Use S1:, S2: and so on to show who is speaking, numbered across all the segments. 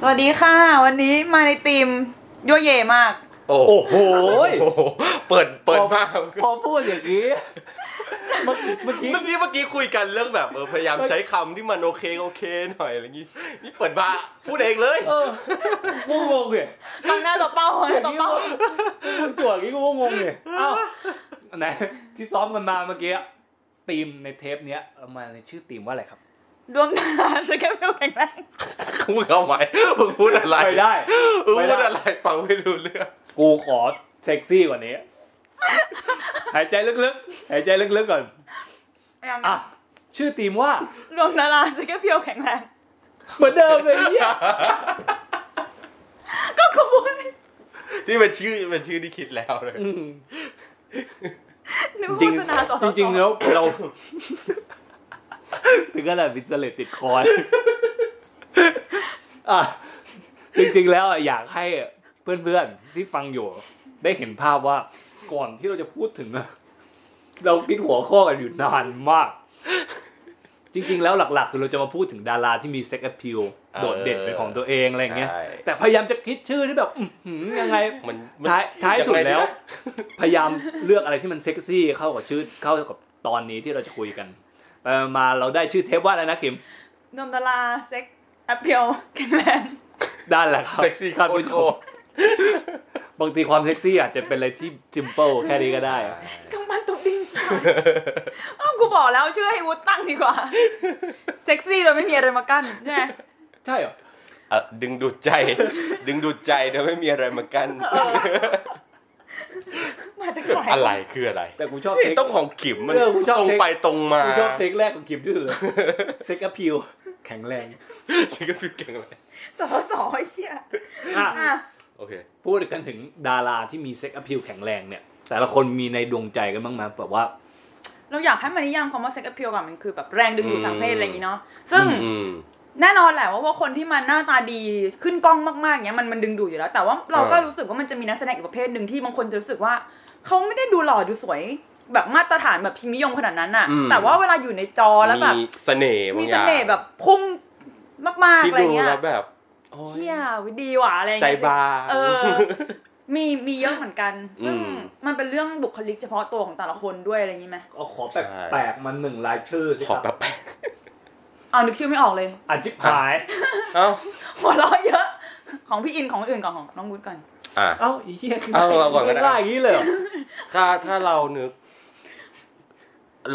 S1: สวัสดีค่ะ วันนี้มาในทีมยั่วเย่มาก
S2: โอ้
S3: โอ้โห
S2: โหเปิดเปิดมาก
S3: พอพูดอย่างนี้ เมื่อกี้เมื่อกี้
S2: เมื่อกี้เมื่อกี้คุยกันเรื่องแบบเออพยายามใช้คำที่มันโอเคโอเคหน่อยอะไรอย่างงี้นี่เปิดมาพูดเองเลย
S3: เออกูงงเนี่ย
S1: ตรงหน้าตัวเป้าตรงหน้าตัวเป้า
S3: มึงจั่วอย่างนี้กูก็งงเนี่ยเอ้าไหนที่ซ้อมกันมาเมื่อกี้ทีมในเทปเนี้ยเอามาในชื่อทีมว่าอะไรครับ
S1: ดวงตาสแกมเปลแข็งแรง
S2: มึงเอาไหมมึงพูดอะไร
S3: ไปได้
S2: มึง
S3: ไป
S2: พู
S3: ได้
S2: ดอะไรฟังไม่รู้เรื่อง
S3: กูขอเซ็กซี่กว่านี้ หายใจลึกๆ หายใจลึกๆก่อน
S1: ยัง
S3: อ่ะ ชื่อทีมว่า
S1: ดวงดาราสแกมเปลแข็งแรง
S3: เหมือนเดิมเลยเนี่ย
S1: ก็กูพูดไม่
S2: ที่เป็นชื่อเป็นชื่อที่คิดแล้วเลย
S3: อืม
S1: นึก
S3: จ
S1: ว่า
S3: ริง
S1: โฆษณาสอ
S3: จริงๆแล้วเรา ถึงขนาดบิสเลตติดคอเลยอ่ะจริงๆแล้วอ่ะอยากให้เพื่อนๆที่ฟังอยู่ ได้เห็นภาพว่าก่อนที่เราจะพูดถึงอะเราคิดหัวข้อกันอยู่นานมาก จริงๆ แล้วหลักๆ คือเราจะมาพูดถึงดาราที่มีเซ็กแอพิลโดดเด่นเป็นของตัวเองอะไรอย่างเงี้ย
S2: ใช่
S3: แต่พยายามจะคิดชื่อที่แบบอื้อหือยังไง
S2: มันมัน
S3: ท้ายท้ายสุด
S2: งไงนะ
S3: แล้ว พยายามเลือกอะไรที่มันเซ็กซี่เข้ากับชื่อเข้ากับตอนนี้ที่เราจะคุยกันไปมาเราได้ชื่อเทปว่าอะไรนะกิม
S1: ดวงดาราเซ็กแอปเปลแข็งแรง
S3: ด้านแหละครับ
S2: เซ็กซี่โค
S3: ท่าน
S2: ตร
S3: ผู้ช
S2: โค
S3: ม
S2: ตร
S3: บางทีความเซ็กซี่อาจจะเป็นอะไรที่จิมเปิลแค่นี้ก็ได้
S1: กำปั้นตกดินจ้าเอ้ากูบอกแล้วชื่อให้วูดตั้งดีกว่า เซ็กซี่โดยไม่มีอะไรมากั้นใช่ไหม
S3: ใช่เหรอ
S2: อ่ะดึงดูดใจ ดึงดูดใจโดยไม่มีอะไรมากั้น
S1: มาจากไหน
S2: อะไรคืออะไร
S3: แต่กูชอบ
S2: นี่
S3: เทค
S2: ต้องของขิมมัน
S3: เออกูชอบ
S2: ตรง
S3: เทค
S2: ไปตรงมา
S3: กูชอบเทคแรกของกิมที่สุด เลยเซ็กอพิวแข็งแรง
S2: ชิคกี้พายเก่งเลย
S1: สอสอไอ้เชี่ย
S3: อ่ะ
S1: อ่ะ
S2: โอเค
S3: พูดกันถึงดาราที่มีเซ็กอพิวแข็งแรงเนี่ย แต่ละคนมีในดวงใจกันบ้างไหมแบบว่า
S1: เราอยากให้มานิยามคำว่าเซ็กแอปเปลก่อนมันคือแบบแรงดึงดูดทางเพศอะไรอย่างงี้เนาะซึ่ง
S2: อืม
S1: แน่นอนแหละว่าว่าคนที่มันหน้าตาดีขึ้นกล้องมากๆเนี้ยมันมันดึงดูดอยู่แล้ว แต่ว่าเราก็
S2: เออ
S1: รู้สึกว่ามันจะมีนักแสดงอีกประเภทหนึ่งที่บางคนจะรู้สึกว่า เขาไม่ได้ดูหล่อดูสวย แบบมาตรฐานแบบพิมพ์นิยมขนาดนั้นน่ะ แต่ว่าเวลาอยู่ในจอแล้วแบบ
S2: มีเสน่ห์บา
S1: มี
S2: งอ
S1: เส
S2: ย่าง
S1: น่ห์แบบพุ่งมากๆ
S2: ที่
S1: อะไร
S2: ดู
S1: เงี้ย
S2: แล้วแบบโอ้ย
S1: เชี่ยวิดีหว่ะอะไร
S2: ใจ
S1: เงี้ย
S2: บาง
S1: เออ มีมีเยอะเหมือนกัน ซึ่ง
S2: อืม
S1: มันเป็นเรื่องบุคลิกเฉพาะตัวของแต่ละคนด้วยอะไรอย่างงี้ไหม
S3: เอาขอแปลกๆมาหนึ่งรายชื่อสิ
S2: ข
S3: ค
S2: อ
S3: รับ
S2: แป๊บแป๊บ
S1: เอานึกชื่อไม่ออกเลย
S3: อันจิบหาย
S2: เอ้า
S1: หัวเราะเยอะ ของพี่อินของอื่นก่อนของน้องวุ้นก่อน
S2: อ่ะ
S3: เอ้าไเหี้ย
S2: เอาเอาก่อนก็ได้
S3: ไม่อย่างนี้เลยเหรอ
S2: ถ้าถ้าเรานึก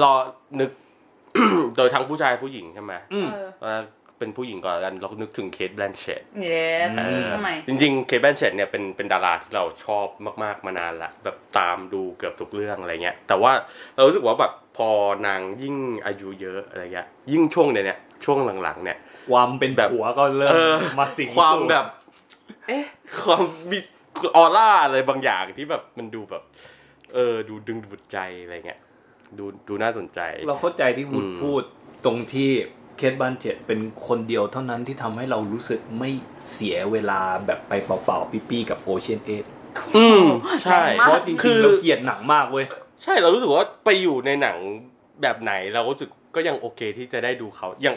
S2: รอนึก โดยทั้งผู้ชายผู้หญิงใช่ไหม
S3: อืม
S1: เออ
S2: ว่าเป็นผู้หญิงก่อนแล้วกัน เรานึกถึงเคทแบลนเชต
S1: เย้
S3: เออ
S1: ทำไม
S2: จริงๆเคทแบลนเชตเนี่ยเป็นเป็นดาราที่เราชอบมาก ๆ มานานละแบบตามดูเกือบทุกเรื่องอะไรเงี้ย แต่ว่าเรารู้สึกว่าแบบพอนางยิ่งอายุเยอะอะไรเงี้ย ยิ่งช่วงเนี้ยเนี่ยช่วงหลังๆเนี่ย
S3: ความเป็นแบบหัวก็เริ่ม
S2: เออ
S3: มาสิง
S2: ความ
S3: สู่
S2: แบบ เอ๊ะ ความมีออร่าอะไรบางอย่างที่แบบมันดูแบบ เออ ดูดึงดูดใจอะไรเงี้ย ดูดูน่าสนใจ
S3: เราเข้าใจที่วุฒ
S2: อืม
S3: พูดตรงที่เคทบันเจ็ดเป็นคนเดียวเท่านั้นที่ทำให้เรารู้สึกไม่เสียเวลาแบบไปเปล่าๆปี้ๆกับโอเชียนเอท
S2: อืม ใช่
S1: แรงมาก
S3: เพราะจริง
S2: คือ
S3: ๆเราเกลียดหนังมากเว้ย
S2: ใช่เรารู้สึกว่าไปอยู่ในหนังแบบไหนเรารู้สึกก็ยังโอเคที่จะได้ดูเขา อย่าง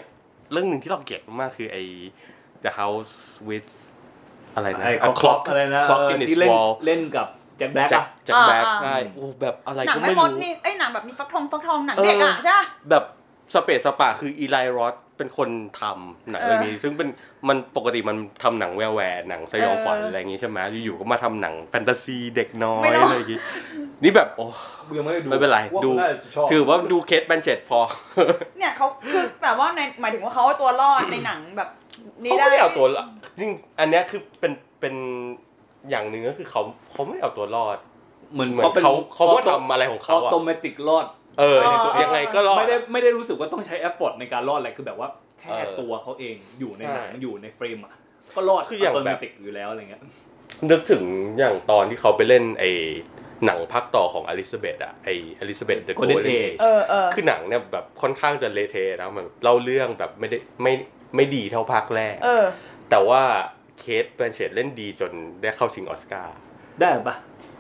S2: เรื่องหนึ่งที่เราเกลียดมากๆคือไอ้ The House with อะไรนะ
S3: ไอ้
S2: A
S3: คล็อกอะไรนะ
S2: Clock
S3: เออ
S2: in
S3: ที่
S2: its
S3: เล่น
S2: Wall
S3: เล่นกับแจ็คแบล็ก
S2: แจ็ค
S3: อะ
S2: แจ็คแบ็ค
S1: อ่า
S2: ใช่โอ้แบบอะไร
S1: หนั
S2: ก็
S1: ง
S2: ไม่
S1: ไม่มด
S2: รู้
S1: นี่ไอ้ยหนังแบบมีฟักทองฟักทองหนังเด็กอ่ะ
S2: เออ
S1: ใช่ปะ
S2: แบบสเปซสปะคืออีไลรอสเป็นคนทำหนัง
S1: เออ
S2: เรื่องนี้ซึ่งเป็นมันปกติมันทำหนังแววแหวร์หนังสยองขวัญ
S1: เอออ
S2: อะไรอย่างงี้ใช่ไหมอยู่ๆก็มาทำหนังแฟนตาซีเด็กน้อ
S1: ไม่
S2: ย
S1: รู้
S2: อะไรอย่างงี้นี่แบบโอ้
S3: ยังไม่ได้ดู
S2: ไม่เป็นไร
S3: ว่า
S2: ดู
S3: น่าจะชอบ
S2: ถือว่าดูเคสแบนเจ็ดพอ
S1: เนี่ยเขาคือแต่ว่าในหมายถึงว่าเขาเอาตัวรอดในหนังแบบนี้
S2: เขา
S1: ได้
S2: ไม่เอาตัวรอดจริงอันเนี้ยคือเป็นเป็นอย่างหนึ่งก็คือเขาเขาไม่เอาตัวรอด
S3: เหมือน
S2: เหมือนเขาเขาก็ทำอะไรของ
S3: เขา
S2: เขา
S3: อ
S2: อะ
S3: โตเมติกรอด
S2: เออในตัวยังไงก็รอด
S3: ไม่ได้ไม่ได้รู้สึกว่าต้องใช้แอปพอร์ตในการรอดอะไรคือแบบว่าแค่
S2: เออ
S3: ตัวเขาเองอยู่ใน
S2: ใช่
S3: หนังอยู่ในเฟรมอ่ะก็รอด
S2: คืออย่างแบบ
S3: ตติกอยู่แล้วอะไรเงี้ย
S2: นึกถึงอย่างตอนที่เขาไปเล่นไอ้หนังภาคต่อของอลิซาเบธอะไออลิซาเบธเดอะโก
S3: โก
S2: ล
S3: ลเด้น
S2: เด้นเอ
S3: เดย์
S1: เออเออ
S2: คือหนังเนี่ยแบบค่อนข้างจะเละเทะนะมันเล่าเรื่องแบบไม่ได้ไม่ไม่ดีเท่าภาคแรก
S1: เออ
S2: แต่ว่าเคทแบนเชตเล่นดีจนได้เข้าชิงออสการ์
S3: ได้ปะ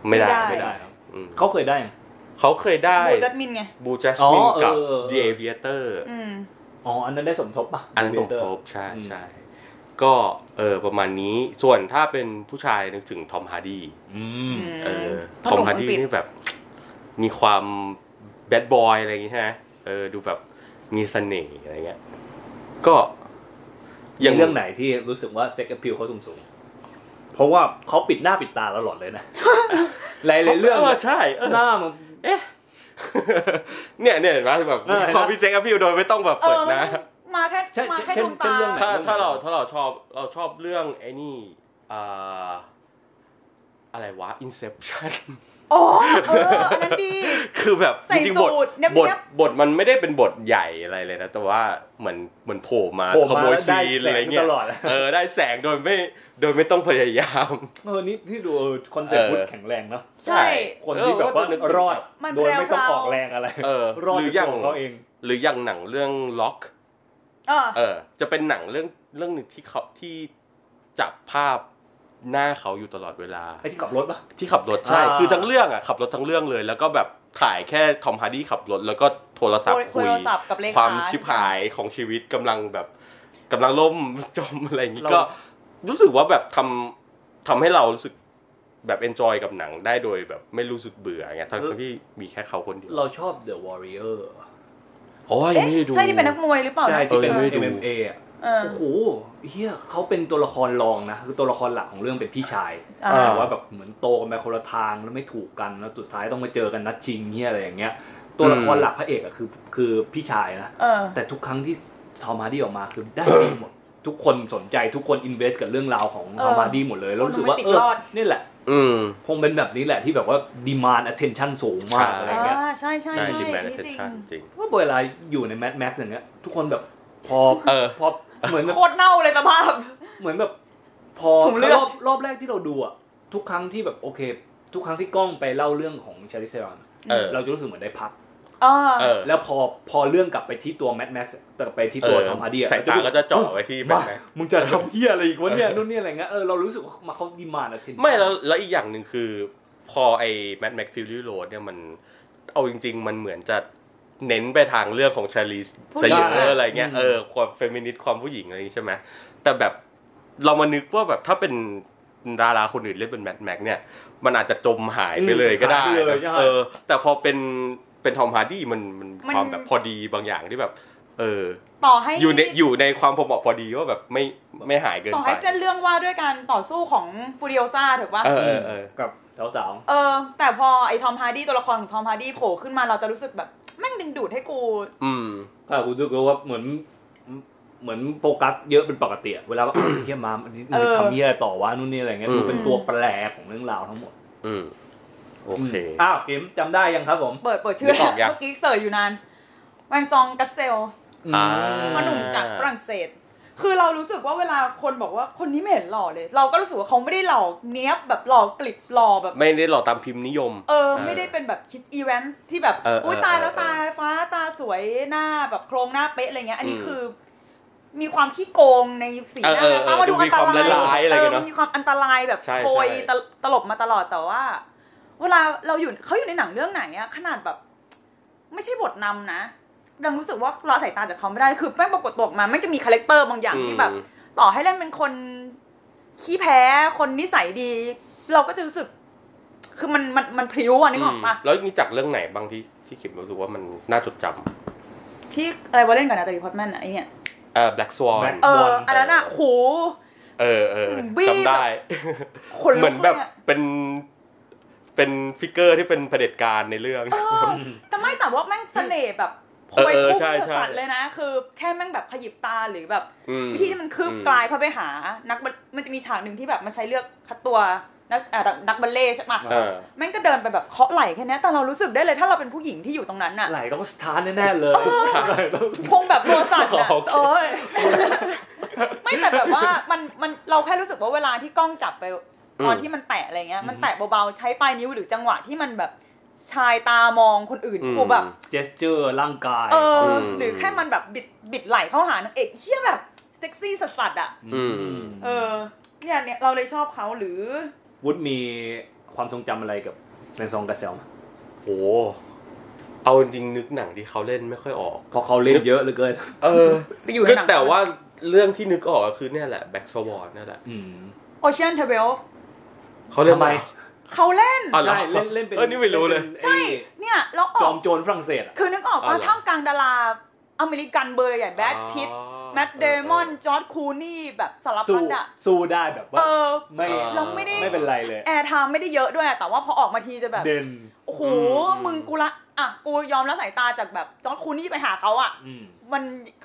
S2: ไม่ได้
S1: ไม่
S2: ไม่
S1: ได้
S2: ได้อืม
S3: เขาเคยได้
S2: เขาเคยได้
S1: บูจัดมินไง
S2: บูจัสมิน
S3: อ๋อเออ
S2: กับ
S3: เออ
S2: The Aviator
S1: อืม
S3: อ๋ออันนั้นได้สมทบปะ
S2: อันนั้นตรง
S3: Predator
S2: ทบใช่ใช่ ก็เออประมาณนี้ส่วนถ้าเป็นผู้ชายนึกถึงทอมฮาร์ดี
S3: อืม
S2: เออ
S1: ต้
S2: ท
S1: ง
S2: อม
S1: ลง
S2: ฮาร์ดี
S1: อังกฤษ
S2: นี่แบบ มีความแบดบอยอะไรอย่างงี้ใช่ไหมเออดูแบบมีเสน่ห์อะไรเงี้ยก็
S3: อยังเรื่องไหนที่รู้สึกว่าเซ็ก p อ a ิ l เขาสูงสูงๆเพราะว่าเขาปิดหน้าปิดตาตลอดเลยนะ หลายๆเรื่อง
S2: เออ
S3: อะ
S2: ใช่เออ
S3: หน้ามัน
S2: เนี่ยเนี่ยเห็นไหมแบบ
S3: เออเห็นไหม
S2: ความพิเศษกับพี่โดยไม่ต้องแบบ
S1: เอ
S2: เปิด
S1: อ
S2: นะ
S1: มาแค่
S3: ใช่
S1: มาแค่
S3: เช่
S1: ด
S3: น
S1: วงตา
S3: เช่นเรื่องไหน
S2: ถ้าถ้าเราถ้าเราชอบเราชอบเรื่องไอ้นี่อ่าอะไรวะ Inception
S1: อ๋อเอออันนั้นดี
S2: คือแบบ
S1: ใส่
S2: จริงๆบท
S1: สูทเนี๊ยบๆ
S2: บทบทมันไม่ได้เป็นบทใหญ่อะไรเลยนะ แต่ว่าเหมือนเหมือนโผล่มา
S3: โผล่มา
S2: ขโมย
S3: แล้วได้
S2: ซีนอะไรเงี้ย
S3: แสงตลอด
S2: เออได้แสงโดยไม่โดยไม่ต้องพยายาม
S3: เออนี่ที่ดูคอนเซ็ปต์
S2: เออ
S3: พุทธแข็งแรงเนาะ
S1: ใช่
S3: คนที่แบบว่า
S2: เออก็จะนึกถึง
S3: รอด
S1: มัน
S3: โดยไม่ต้อง
S1: แพรวๆ
S3: ออกแรงอะไร
S2: เออ
S3: รอด
S2: หรืออย่ย่า
S3: อา
S2: ง ง
S3: เขาเอง
S2: หรืออย่างหนังเรื่องล็อก
S1: เออ
S2: เออจะเป็นหนังเรื่องเรื่องหนึ่งที่เขาที่จับภาพหน้าเขาอยู่ตลอดเวลา
S3: ไอ้ที่ขับรถปะ
S2: ที่ขับรถใช่
S3: อ่า
S2: คือทั้งเรื่องอ่ะขับรถทั้งเรื่องเลย แล้วก็แบบถ่ายแค่ทอมฮาร์ดี้ขับรถ แล้วก็โทรศัพท์
S1: โทร
S2: คุย
S1: โทรศัพท์กับเลขา
S2: ความชิบหายของชีวิตกำลังแบบกำลังล่ม จมอะไรอย่างนี้
S3: เรา
S2: ก็รู้สึกว่าแบบทำทำให้เรารู้สึกแบบเอนจอยกับหนังได้โดยแบบไม่รู้สึกเบื่อไงทั้งทั้งที่มีแค่เขาคนเดียว
S3: เราชอบ The Warrior
S2: โอ้ย
S1: เอ๊ะ
S2: ไม่ได้ดู
S1: ใช่ที่เป็นนักมวยหรือเปล่า
S3: ใช่
S1: นะ
S3: ที่เป็น
S2: เออไม่ดู
S3: MMA อะ
S1: เออ
S3: โอ้โหเฮียเขาเป็นตัวละครรองนะ คือตัวละครหลักของเรื่องเป็นพี่ชาย
S1: อ่า
S3: แต่ว่าแบบเหมือนโตกันไปคนละทางแล้วไม่ถูกกันแล้วสุดท้ายต้องมาเจอกันนัดชิงเฮียอะไรอย่างเงี้ย ตัวละครหลักพระเอกอะคือคือพี่ชายนะ
S1: เออ
S3: แต่ทุกครั้งที่ทอมฮาร์ดี้ออกมาคือได้ดีหมด ทุกคนสนใจทุกคนอินเวสกับเรื่องราวของ
S1: เออ
S3: ทอมฮาร์ดี้หมดเลยแล้วรู้สึกว่า
S1: คนมันไม่
S3: เอ
S1: ติดรอ
S3: อ
S1: ด
S3: นี่แหละ
S2: อืม
S3: คงเป็นแบบนี้แหละที่แบบว่าดีมาน attention สูงมาก
S2: ใช่
S3: อะไร
S1: อ่
S3: เงี้ย
S1: าใช่ใช่
S2: ใช่
S1: ใช่
S2: ดิแมน
S1: นี่
S2: เทน
S1: จริง
S2: ชั่นจริง
S3: ว่าเวลาอยู่ในแมทแม็กซ์อย่างเงี้ยทุกคนแบบพอ
S2: เออ
S3: พอเหมือนแบบ
S1: โคตรเน่าเลยสภาพ
S3: เหมือนแบบพอ
S1: ผมเลือก
S3: รอบรอบแรกที่เราดูอะทุกครั้งที่แบบโอเค ทุกครั้งที่กล้องไปเล่าเรื่องของชาริเซรอน
S2: เออ
S3: เราจะรู้สึกเหมือนได้พัก
S1: เออ
S2: เออ
S3: แล้วพอพอเรื่องกลับไปที่ตัวแมทแม็กซ์แต่ไปที่ตัว
S2: เออ
S3: ทอมฮาร์ดี้อะ
S2: สายตา
S3: เรรู้สึ
S2: ก็จะเจ่อไว้ที่แบบบ
S3: ้า
S2: นั้น
S3: มึงจะทำเฮียอะไรอีกวะเนี่ยนู่นนี่อะไรเงี้ยเออเรารู้สึกว่ามาเขาดีมานอะทีนี้
S2: ไม่แล้วแล้วอีกอย่างหนึ่งคือ พอไอ้แมดแม็กฟิลลี่โรดเนี่ยมันเอาจริง ๆ มันเหมือนจะเน้นไปทางเรื่องของชาลีซะเย
S3: ผู้หญิง
S2: อะ
S3: อะ
S2: อะไรเงี้ย
S3: อืม
S2: เออความเฟมินิสต์ความผู้หญิงอะไรอย่างงี้ใช่ไหมแต่แบบเรามานึกว่าแบบถ้าเป็นดาราคนอื่นเล่นเป็นแมดแม็กเนี่ย มันอาจจะจมหายไปเลยก็ได้
S3: หายไปเลยใช่
S2: นะเออ แต่พอเป็นเป็นทอมฮาร์ดี้มันมัน
S1: มัน
S2: ความแบบพอดีบางอย่างที่แบบ เออ
S1: ต่อให้
S2: อยู่ในอยู่ในความพอเหมาะพอดีว่าแบบไม่ไม่หายเกิน
S1: ต่อ
S2: ไป
S1: ให้เส้นเรื่องว่าด้วยการต่อสู้ของฟูริโอซาถูกปะ
S2: เออเออเออ
S3: กับสาว
S1: เออ แต่พอไอ้ทอมฮาร์ดี้ตัวละครของทอมฮาร์ดี้โผล่ขึ้นมาเราจะรู้สึกแบบแม่งดึงดูดให้กู
S2: อืม
S3: ๆก็กูรู้สึกว่าเหมือนเหมือนโฟกัสเยอะเป็นปกติอะเวลา ว่า เฮียมามัน
S1: เออ
S3: ทำเฮียอะไรต่อวะนู่นนี่อะไรเงี้ย
S2: อืม
S3: ดูเป็นตัวแปรของเรื่องราวทั้งหมด
S2: อืมโอเค
S3: อ้าวเกมจำได้ยังครับผม
S1: เปิดเปิดชื่อ
S2: นึกออกยัง
S1: เมื่อกี้เสิร์ชอยู่นานแวนซองกัสเซล
S2: อ่า
S1: พ่อหนุ่มจากฝรั่งเศส คือเรารู้สึกว่าเวลาคนบอกว่าคนนี้ไม่เห็นหล่อเลย เราก็รู้สึกว่าเขาไม่ได้หล่อเนี้ยบแบบหล่อกลิบหล่อแบบ
S2: ไม่ได้หล่อตามพิมพ์นิยม
S1: เออไม่ได้เป็นแบบคิดอีเวนท์ที่แบบ
S2: เออเออ
S1: อุ้ยตายแล้ว
S2: เออ
S1: ตาฟ้าตาสวยหน้าแบบโครงหน้าเป๊ะอะไรเงี้ยอันนี้
S2: อืม
S1: คือ มีความขี้โกงในสีหน้า
S2: เออเออเออ
S1: ตามาดู
S2: ดู
S1: อั
S2: มี
S1: นต
S2: ความ
S1: ราย
S2: ละลายอะไรเงี้ยเนอะ
S1: มันมีความอันตรายแบบ
S2: ใช่
S1: โชย
S2: ใช่
S1: ตลตลบมาตลอดแต่ว่า เวลาเราอยู่เขาอยู่ในหนังเรื่องไหนอะขนาดแบบ ไม่ใช่บทนำนะดังรู้สึกว่าเราสายตาจากเขาไม่ได้คือแม่งปรากฏตัวออกมาแม่งจะมีคาแรคเตอร์บางอย่างที่แบบ ต่อให้เล่นเป็นคนขี้แพ้คนนิสัยดี เราก็จะรู้สึก คือมันมันมันพลิ้วอ่ะนึกออกปะ
S2: แล้วมีจากเรื่องไหนบ้างที่ที่คิดรู้สึกว่ามันน่าจดจ
S1: ที่อะไรวะเล่นกับนาตาลีพอตแมนอะไอเนี่ย
S2: ำเอ่อ Black Swan
S1: เออ
S3: บอล
S1: อันนั้นอะหู
S2: เออเออ
S1: บี้
S2: จำได้
S1: ขน
S2: เห
S1: ลุ
S2: มื
S1: ก
S2: อน
S1: เล
S2: แบ
S1: ย
S2: บ
S1: อะ
S2: เป็นเป็นฟิกเกอร์ที่เป็นเผด็จการในเรื่อง
S1: เออแต่ไม่แต่ว่าแม่งเสน่ห์แบบโคย
S2: เออเออ
S1: พุ่ง
S2: ใช่ใช่
S1: สัตว์เลยนะ คือแค่แม่งแบบขยิบตาหรือแบบ
S2: ม
S1: วิธีที่มันคืบกลายเข้าไปหา นักบัลมันจะมีฉากหนึ่งที่แบบมันใช้เลือกคัดตัวนักอ่ะนักบัลเล่ต์ใช่ปะ
S2: เออ
S1: แม่งก็เดินไปแบบเคาะไหล่แค่เนี้ยแต่เรารู้สึกได้เลยถ้าเราเป็นผู้หญิงที่อยู่ตรงนั้นอะ
S3: ไหลต้องสตาร์ทแน่ๆเลย
S2: ครับ
S3: ไหล่ต้อง
S1: คงแบบโดนสั่นอะ
S2: โอเค
S1: เออ ไม่แต่แบบว่ามันมันเราแค่รู้สึกว่าเวลาที่กล้องจับไปตอนที่มันแตะอะไรเงี้ย มันแตะเบาๆใช้ปลายนิ้วหรือจังหวะที่มันแบบชายตามองคนอื่น
S2: อืม
S1: คือแบบ
S3: gesture ร่างกาย
S1: เออ
S2: ม
S1: หรือแค่มันแบบบิดบิดไหลเข้าหานางเอกเชี่ยแบบเซ็กซี่สัสๆอ่ะ
S2: อืม
S1: เออเนี่ยเนี่ยเราเลยชอบเขาหรือ
S3: วุฒมีความทรงจำอะไรกับแมนซองกระเซลไหม
S2: โห เอาจริงๆนึกหนังที่เขาเล่นไม่ค่อยออก
S3: เพราะเขาเล่นเยอะเหลือเกิน
S2: เออ
S1: ไปอยู่ใน
S2: ก็
S1: หนัง
S2: แต่ว่า เรื่องที่นึกออกก็คือเนี่ยแหละแบ็กสวอร์นั่นแหละ
S3: อืม
S1: โอเชียนเทเบล
S2: เขาเรียก
S3: ทำไม
S2: ว่า
S1: เขาเล่น
S2: อ๋อ เหร
S3: ใช่เล่นเล่นเป็น
S2: เออนี่ไม่รู้เลย
S3: นป็นไอ้
S1: เนี่ยแล้วอ
S3: จอ
S1: อก
S3: มโจรฝรั่งเศสอะ
S1: คือนึกออก
S2: อ๋อ
S1: ว่า
S2: เหรอ
S1: ท่ามกลางดาราอเมริกันเบอร์ใหญ่แบทพิต
S2: อ๋อ
S1: แมตต์เดมอนจอร์ดคูนี่แบบสาร
S3: สู้
S1: พัดอะ
S3: สู้ได้แบบ
S1: เอ
S3: ว่า
S1: อ
S3: ไม่
S1: เราไม่ได้
S3: ไม่เป็นไรเลย
S1: แอร์ไทม์ไม่ได้เยอะด้วยอะแต่ว่าพอออกมาทีจะแบบ
S3: เด่น
S1: โอ้โห
S2: อืม
S1: มึงกูละอ่ะ กูยอมละสายตาจากแบบจอร์ดคูนี่ไปหาเขาอ่ะ
S3: อืม
S1: มัน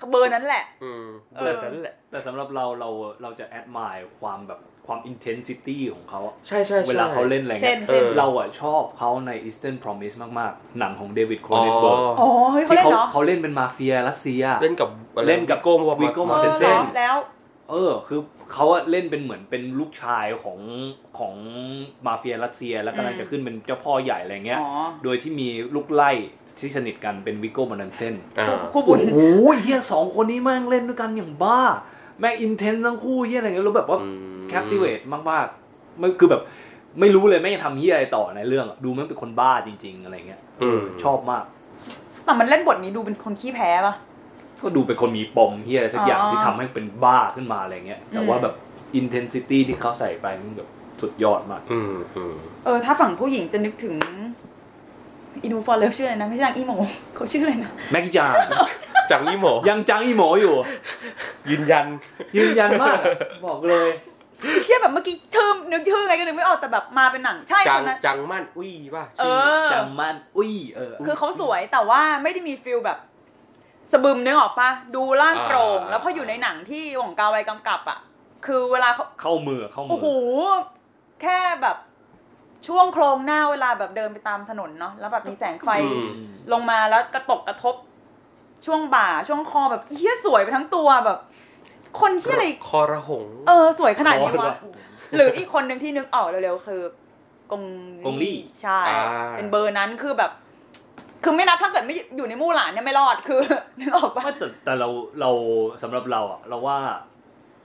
S1: เบอร์นั้นแหละ
S2: อืม
S1: เอ
S2: เบิ
S1: อ
S2: ดนั้นแหละ
S3: แต่สำหรับเราเราเราจะแอดมายความแบบความ intensity ของเขาอะ
S2: ใช่ใช่ใช่
S3: เวลาเขาเล่นอะไร
S1: เช่น
S3: เงี้ย
S2: เอ
S1: เช่น
S2: อ
S3: เราอะชอบเขาใน Eastern Promise มาก ๆ หนังของเดวิดโค
S2: อ๋
S3: เนเบิร์ก
S2: อ
S1: อ๋อ เฮ้ยเขา
S3: ที่
S1: เล่น
S3: เขา
S1: เนาะ
S3: เขาเล่นเป็นมาเฟียรัสเซีย
S2: เล่นกับอะไร
S3: เล่นกับ
S2: วิโก้มา
S3: วิโก้
S1: เอ
S2: มา
S1: อ
S2: เซนเซน
S1: เนาะแล้ว
S3: เออ คือเขาอะเล่นเป็นเหมือนเป็นลูกชายของของมาเฟียรัสเซีย แล้วกำลังจะขึ้นเป็นเจ้าพ่อใหญ่อะไรเงี้ย
S1: อ๋อ
S3: โดยที่มีลูกไล่ที่สนิทกันเป็นวิโก้บอนดันเซน
S1: คู่บุญ
S3: โอ้ยเฮียสองคนนี้แม่งเล่นด้วยกันอย่างบ้า แม่งอินเทนส์ทั้งคู่เฮียอะไรเงี้ยแล้วแบบว่า
S2: อืม
S3: captivate มากมากๆไม่คือแบบ ไม่รู้เลยแม่งจะทำเฮียอะไรต่อในเรื่องอะดูแม่งเป็นคนบ้าจริง ๆ อะไรเงี้ย
S2: อืม
S3: ชอบมาก
S1: แต่มันเล่นบทนี้ดูเป็นคนขี้แพ้ป่ะ
S3: ก็ดูเป็นคนมีปมเฮียอะไรสักอย่าง
S1: อ๋อ
S3: ที่ทำให้เป็นบ้าขึ้นมาอะไรเงี้ย แต่ว่า
S1: อืม
S3: แบบอินเทนซิตี้ที่เขาใส่ไปมันแบบสุดยอดมาก
S2: อืมอืม
S1: เออ ถ้าฝั่งผู้หญิงจะนึกถึงอินูฟอร์เลฟชื่ออะไรนะ ไม่ใช่นางอีโมเขาชื่ออะไรนะ
S3: แม็กจาง
S2: จากนี่หมอ
S3: ยังจังอีหมออยู่
S2: ยืนยัน
S3: ยืนยันมากอะบอกเลย
S1: เชื่อแบบเมื่อกี้ชื่อนึกชื่อไงก็นึกไม่ออกแต่แบบมาเป็นหนังใช่
S2: จั
S1: ค
S2: ง
S1: นนั้น
S2: จังมั่นอุ้ยป่ะ
S1: เอ
S2: ชื่อ
S1: อ
S3: จังมันอุ้ยเออ
S1: คือเขาสวยแต่ว่าไม่ได้มีฟิลแบบสะบึมนึกออกปะดูร่างโปร่ง
S2: อ่า
S1: แล้วพออยู่ในหนังที่หว่องกาไวกำกับอ่ะ คือเวลาเขา
S3: เข้ามือเข้ามื
S1: โอ้
S3: อ
S1: โหแค่แบบช่วงโครงหน้าเวลาแบบเดินไปตามถนนเนาะแล้วแบบมีแสงไฟ
S2: อืม
S3: อืม
S1: ลงมาแล้วกระตกกระทบ ช่วงบ่า ช่วงคอแบบเฮี้ยสวยไปทั้งตัวแบบ คนที่อะไร
S2: คอระหง
S1: เออสวยขนาดนี้
S3: คอ
S1: วะ
S3: ระหง
S1: หรืออีกคนหนึ่งที่นึกออกเร็วๆคือกง
S3: กงลี่
S1: ใช่
S2: อ่า
S1: เป็นเบอร์นั้นคือแบบ คือไม่นับถ้าเกิดไม่อยู่ในมู่หลานเนี่ยไม่รอด คือ นึกออกปะ
S3: ไม่แต่แต่เราเราสำหรับเราอะเราว่า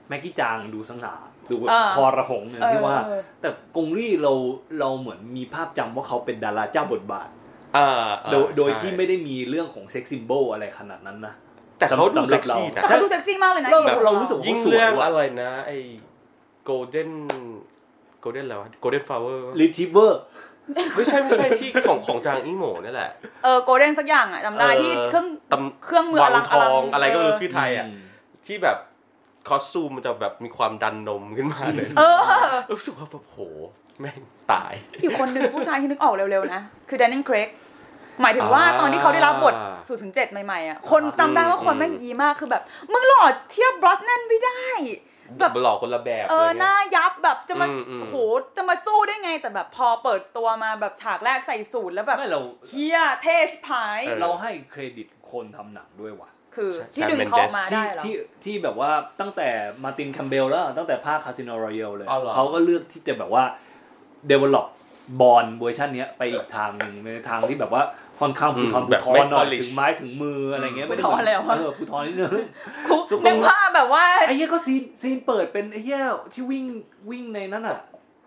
S3: แม็กกี้จางดูสง่าดูแบบคอระหงเนี่ยที่ว่า
S1: เออ
S3: แต่กงลี่เราเราเหมือนมีภาพจำว่าเขาเป็นดาราเจ้าบทบาท
S2: อ่าอ่า
S3: โดยโดย
S2: ใช่
S3: ที่ไม่ได้มีเรื่องของเซ็กซิมโบลอะไรขนาดนั้นนะ
S2: แต่เขาดู
S3: สำหรั
S2: เซ็
S3: บ
S2: กซี่นะ
S3: เรา
S1: แต่เขาดูเซ็กซี่มากเลยนะจงๆ
S3: เราเรารู้สึก
S2: ยิ่ง
S3: โอ้โหสวย
S2: เรื่อง
S3: ว่ะ
S2: อะไรนะ ไอ้โกลเด้นโกลเด้นอะไรวะโกลเด้นฟลาวเวอร์
S3: รีทิเวอร์
S2: ไม่ใช่ไม่ใช่ที่ของของจางอีโหมนั่นแหละ
S1: เออโกลเด้นสักอย่างอ่ะจำได้
S2: เออ
S1: ที่เครื่อง
S2: ต
S1: เครื่องมือ
S2: วั
S1: อลัง
S2: ทองอะไรก็ไม่รู้ชื่อไทยอ่ะ
S3: ม
S2: ที่แบบคอสตูมมันจะแบบมีความดันนมขึ้นมาเลย
S1: เออเออ
S2: รู้สึกว่าแบบโห แม่งตาย
S1: อีกคนหนึ่งผู้ชายที่นึกออกเร็วๆนะ คือแดนนินเครกหมายถึงว่า
S2: อ่า
S1: ตอนที่เขาได้รับบทสูตรถึงเจ็ดใหม่ๆอ่ะคนจำได้ว่าคน
S2: อืม
S1: แม่งยีมากคือแบบ มึงหล่อเทียบบรอสแนนไม่ได้ แบบ
S2: หลอกคนละแบบ
S1: เออ
S2: ลย
S1: ห
S2: นี่
S1: น้าย ยับแบบจะมา
S2: อืมอืม
S1: โอ้โหจะมาสู้ได้ไงแต่แบบพอเปิดตัวมาแบบฉากแรกใส่สูตรแล้วแบบ
S3: ไม่เรา
S1: เฮียเทสพาย
S2: เออ
S3: เราให้เครดิตคนทำหนังด้วยว่ะ
S1: คือ
S2: ใช่
S1: ที่ดึง
S2: Sam
S1: เขาออกมา
S2: Mendes
S1: ได้
S3: ที่
S1: เหรอ
S3: ที่ที่แบบว่าตั้งแต่มาร์ตินแคัมเบลแล้วตั้งแต่ภาคคาสิโนรอยัลเลย
S2: อ๋อเหรอ
S3: เขาก็เลือกที่จะแบบว่า develop บอลเวอร์ชันเนี้ยไปอีกทางหนึ่งในทางที่แบบว่าค่อนข้างภูทร
S2: อืม
S3: ภู
S2: แบบ
S3: ท
S2: ไม่
S3: รหน่อย
S2: polish
S3: ถึงไม้ถึงมืออะไรเงี้ยไม่ได้
S1: ภูธร
S3: เหมืน
S1: แล้วอะ
S3: เออภูทรนิดนึง
S1: คุก
S3: สุดตรง
S1: นึกภาพแบบว่า
S3: ไอ้เหี้ยก็ซีนซีนเปิดเป็นไอ้เหี้ยที่วิ่งวิ่งในนั้นอ่ะ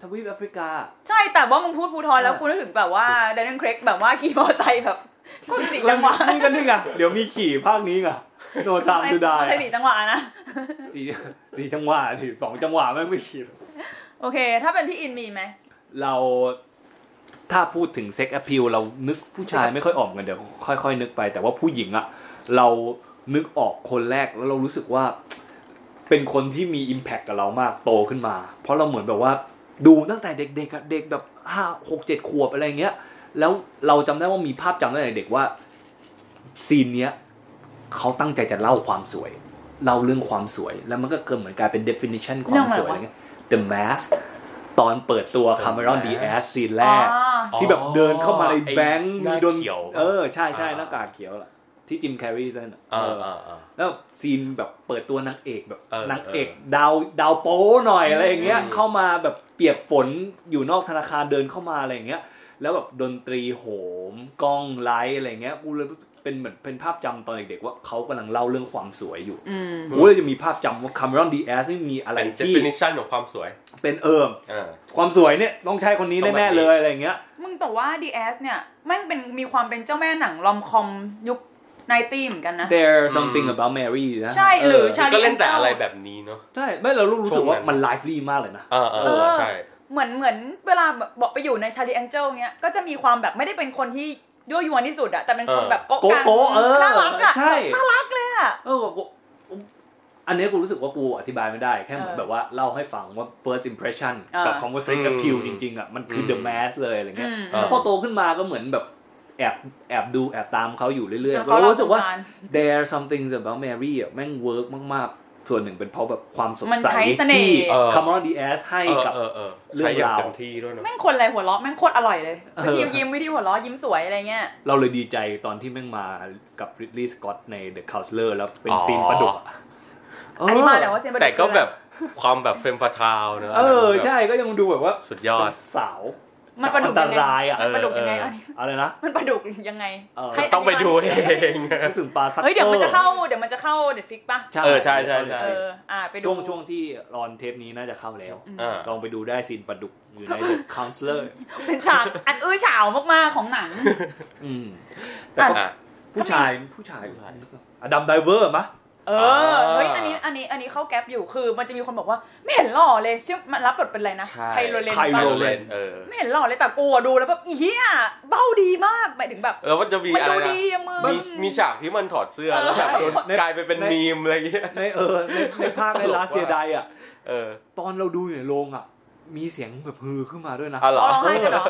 S3: ทวีปแอฟริกา
S1: ใช่แต่ว่ามึงพูดภูทรแล้ว
S3: เออ
S1: กูนึกถึงแบบว่าแดนนิ l เครกแบบว่าขี่มอเตอร์ไซค์แบบคนสีจังหวะ
S3: นี่ก็นึกอ่ะเดี๋ยวมีขี่ภาคนี้อ่ะโนทาม ดูดาย
S1: ใช่สีจังหวะนะ
S3: สีสีจังหวะดิสองจังหวะแม่งไม่ขี่
S1: โอเค ถ้าเป็นพี่อินมีไหม
S3: เราถ้าพูดถึงเซ็ก p อ e ิ l เรานึกผู้ชายไม่ค่อยออกกันเดี๋ยวค่อยๆนึกไป แต่ว่าผู้หญิงอะเรานึกออกคนแรกแล้วเรารู้สึกว่า เป็นคนที่มี Impact กับเรามากโตขึ้นมา เพราะเราเหมือนแบบว่า ดูตั้งแต่เด็กๆอะเด็กแบบห้าหกเจ็ดขวบอะไรเงี้ย แล้วเราจำได้ว่ามีภาพจำตั้งแต่เด็กว่า ซีนเนี้ยเขาตั้งใจจะเล่าความสวยเล่าเรื่องความสวย แล้วมันก็เกิดเหมือนกลายเป็น definition ความสวยอะไรเงี้ย The Mask ตอนเปิดตัวคาร์เมลอนดีแอสซีนแร
S1: อ๋อก
S3: ที่แบบเดินเข้ามาใน
S2: ไอ้
S3: แบงค์
S2: หน้า
S3: มีโดน
S2: เขียว
S3: เออใช่ใช่
S2: อ่า
S3: หน้ากากเขียวล่ะที่จิมแคร์รีเล่นอะ
S2: เออ
S3: เอ
S2: เออ
S3: อ
S2: เออ
S3: แล้วซีนแบบเปิดตัวนางเอกแบบ
S2: เออน
S3: างเอก
S2: เออ
S3: ดาวดาวโป้หน่อยอะไรอย่างเงี้ย
S2: อืม
S3: เข้ามาแบบเปียกฝนอยู่นอกธนาคารเดินเข้ามาอะไรอย่างเงี้ย แล้วแบบดนตรีโหมกล้องไลท์อะไรอย่างเงี้ยกูเลยเป็นเหมือนเป็นภาพจำตอนเด็กๆว่าเขากำลังเล่าเรื่องความสวยอยู่
S1: อืม
S3: กูเลยจะมีภาพจำว่าคาร์เมลอนดีแอสนี่มีอะไร
S2: เป็น
S3: ที่
S2: definition ของความสวย
S3: เป็นเอิม
S2: เออ
S3: ความสวยเนี่ยต้องใช้คนนี้
S2: ต้องแบบนี้
S3: แน่ๆเลยอะไรอย่างเงี้ย
S1: มึงแต่ว่าดีเอสเนี่ยแม่งเป็นมีความเป็นเจ้าแม่หนังลอมคอมยุค นตี้เหมือนกันนะ
S3: there something about Mary นะ
S1: ใช่หรือชา
S2: ก็เล่นแต่อะไรแบบนี้เนาะ
S3: ใช่ไม่เรารู้สึกว่า
S2: ช่วงนั้น
S3: มัน lively มากเลยนะ
S2: เออเอ
S1: เอ
S2: อ
S1: อ
S2: ใช่
S1: เหมือนเหมือนเวลาแบบบอกไปอยู่ในชาลีแองเจิลเงี้ยก็จะมีความแบบไม่ได้เป็นคนที่ยั่วยวนที่สุดอะแต่เป็นคน
S2: เออ
S1: แบบโก๊ะกาง
S3: โก๊ะๆเออ
S1: น่ารักอะ
S3: ใช่
S1: น่ารักเลยอะ
S3: เออกูอันนี้กูรู้สึกว่ากูอธิบายไม่ได้ แค่เหมือน
S1: เออ
S3: แบบว่าเล่าให้ฟังว่า first impression
S1: อ่ากั
S3: กับ conversation กับ
S2: อืม
S3: pill จริงๆอ่ะมันคือ the
S2: อืม
S3: mask เลยอะไรเงี้ย
S1: อืม
S2: เอ
S3: แล้ว
S2: อ
S3: พอโตขึ้นมาก็เหมือนแบบแอบแอบดูแอบตามเขาอยู่เรื่อย
S1: จน
S3: ๆ
S1: เข
S3: ก็
S1: เล่
S3: รู้สึกว่า
S1: สงสร
S3: there something about Mary อ่ะแม่ง work มากๆ ส่วนหนึ่งเป็นเพราะแบบความสด
S1: มัน
S3: ใส
S1: ใช้เสน่ห์
S3: ที่
S2: เออ
S3: Cameron Diaz ให้
S2: เออ
S3: กับ
S2: เออเออ
S3: เรื่
S2: ใช้
S3: อง
S2: อย่าง
S3: ราว
S2: เต็มที่ด้วยเนาะ
S1: แม่งคนอะไรหัวเราะแม่งโคตรอร่อยเลย
S3: เออ
S1: วิธียิ้มวิธีหัวเราะยิ้มสวยอะไรเงี้ย
S3: เราเลยดีใจตอนที่แม่งมากับ Ridley Scott ใน The Counselor แล้วเป็น
S2: อ๋อ
S3: ซีนประดุกอะ
S1: อันนี้มาแต่ว่าเซน
S2: แต่ก็แบบความแบบเฟมฟาทาวเนอะ
S3: เออ
S2: แบบ
S3: ใช่ก็ยังดูแบบว่า
S2: สุดยอ
S3: เป็
S2: ด
S3: นสาว
S1: มันประดุก
S3: สาวอั
S1: ยังไง
S3: นตรายอ่ะ
S1: มันประดุกยังไง
S2: เออ
S1: อันนี้
S3: อะไรนะ
S1: มันประดุกยังไง
S3: เออ
S1: ให้
S2: ต้องไปดูเอง
S3: พูดถึงปลาซัก
S1: เฮ้ยเดี๋ยวมันจะเข้าเดี๋ยวมันจะเข้าเด็ดฟิกปะ
S2: เออใช่ใช่ใช่
S1: เอออ่าไปดู
S3: ช่วงช่วงที่รอนเทปนี้น่าจะเข้าแล้ว
S2: อ่า
S3: ลองไปดูได้ซีนประดุกอยู่ใน The Counselor
S1: เป็นฉากอันอื้อฉาวมากๆของหนัง
S3: อืม
S1: อ่ะ
S3: ผู้ชายผู้ชายอดัมไดเวอร์มะ
S1: เออเฮ้ยอันนี้อันนี้อันนี้เข้าแก๊ปอยู่คือมันจะมีคนบอกว่าไม่เห็นหล่อเลยชื่อมันรับบทเป็นอะไรนะ
S2: ใช่
S1: ไคโรเลน
S3: ไค
S2: ไค
S1: ปะ
S2: โรเลนเออ
S1: ไม่เห็นหล่อเลยแต่กูอะดูแล้วแบบอีเหี้ยเบ้าดีมากหมายถึงแบบ
S2: แล้วมันจะมี
S1: มัน
S2: อะไร
S1: ดู
S2: นะ
S1: ดีอะมึง
S2: มีมีฉากที่มันถอดเสื้อแล้วแบบโดน
S3: ใน
S2: กลายไปเป็นมีมอะไรเงี้ย
S3: ในเออในในภาคในลาเซียไดอ่ะ
S2: เออ
S3: ตอนเราดูอยู่ในโรงอ่ะ มีเสียงแบบฮือขึ้นมาด้วยนะ
S2: อ๋อเหรอ
S1: ร้องไห้กันเหรอ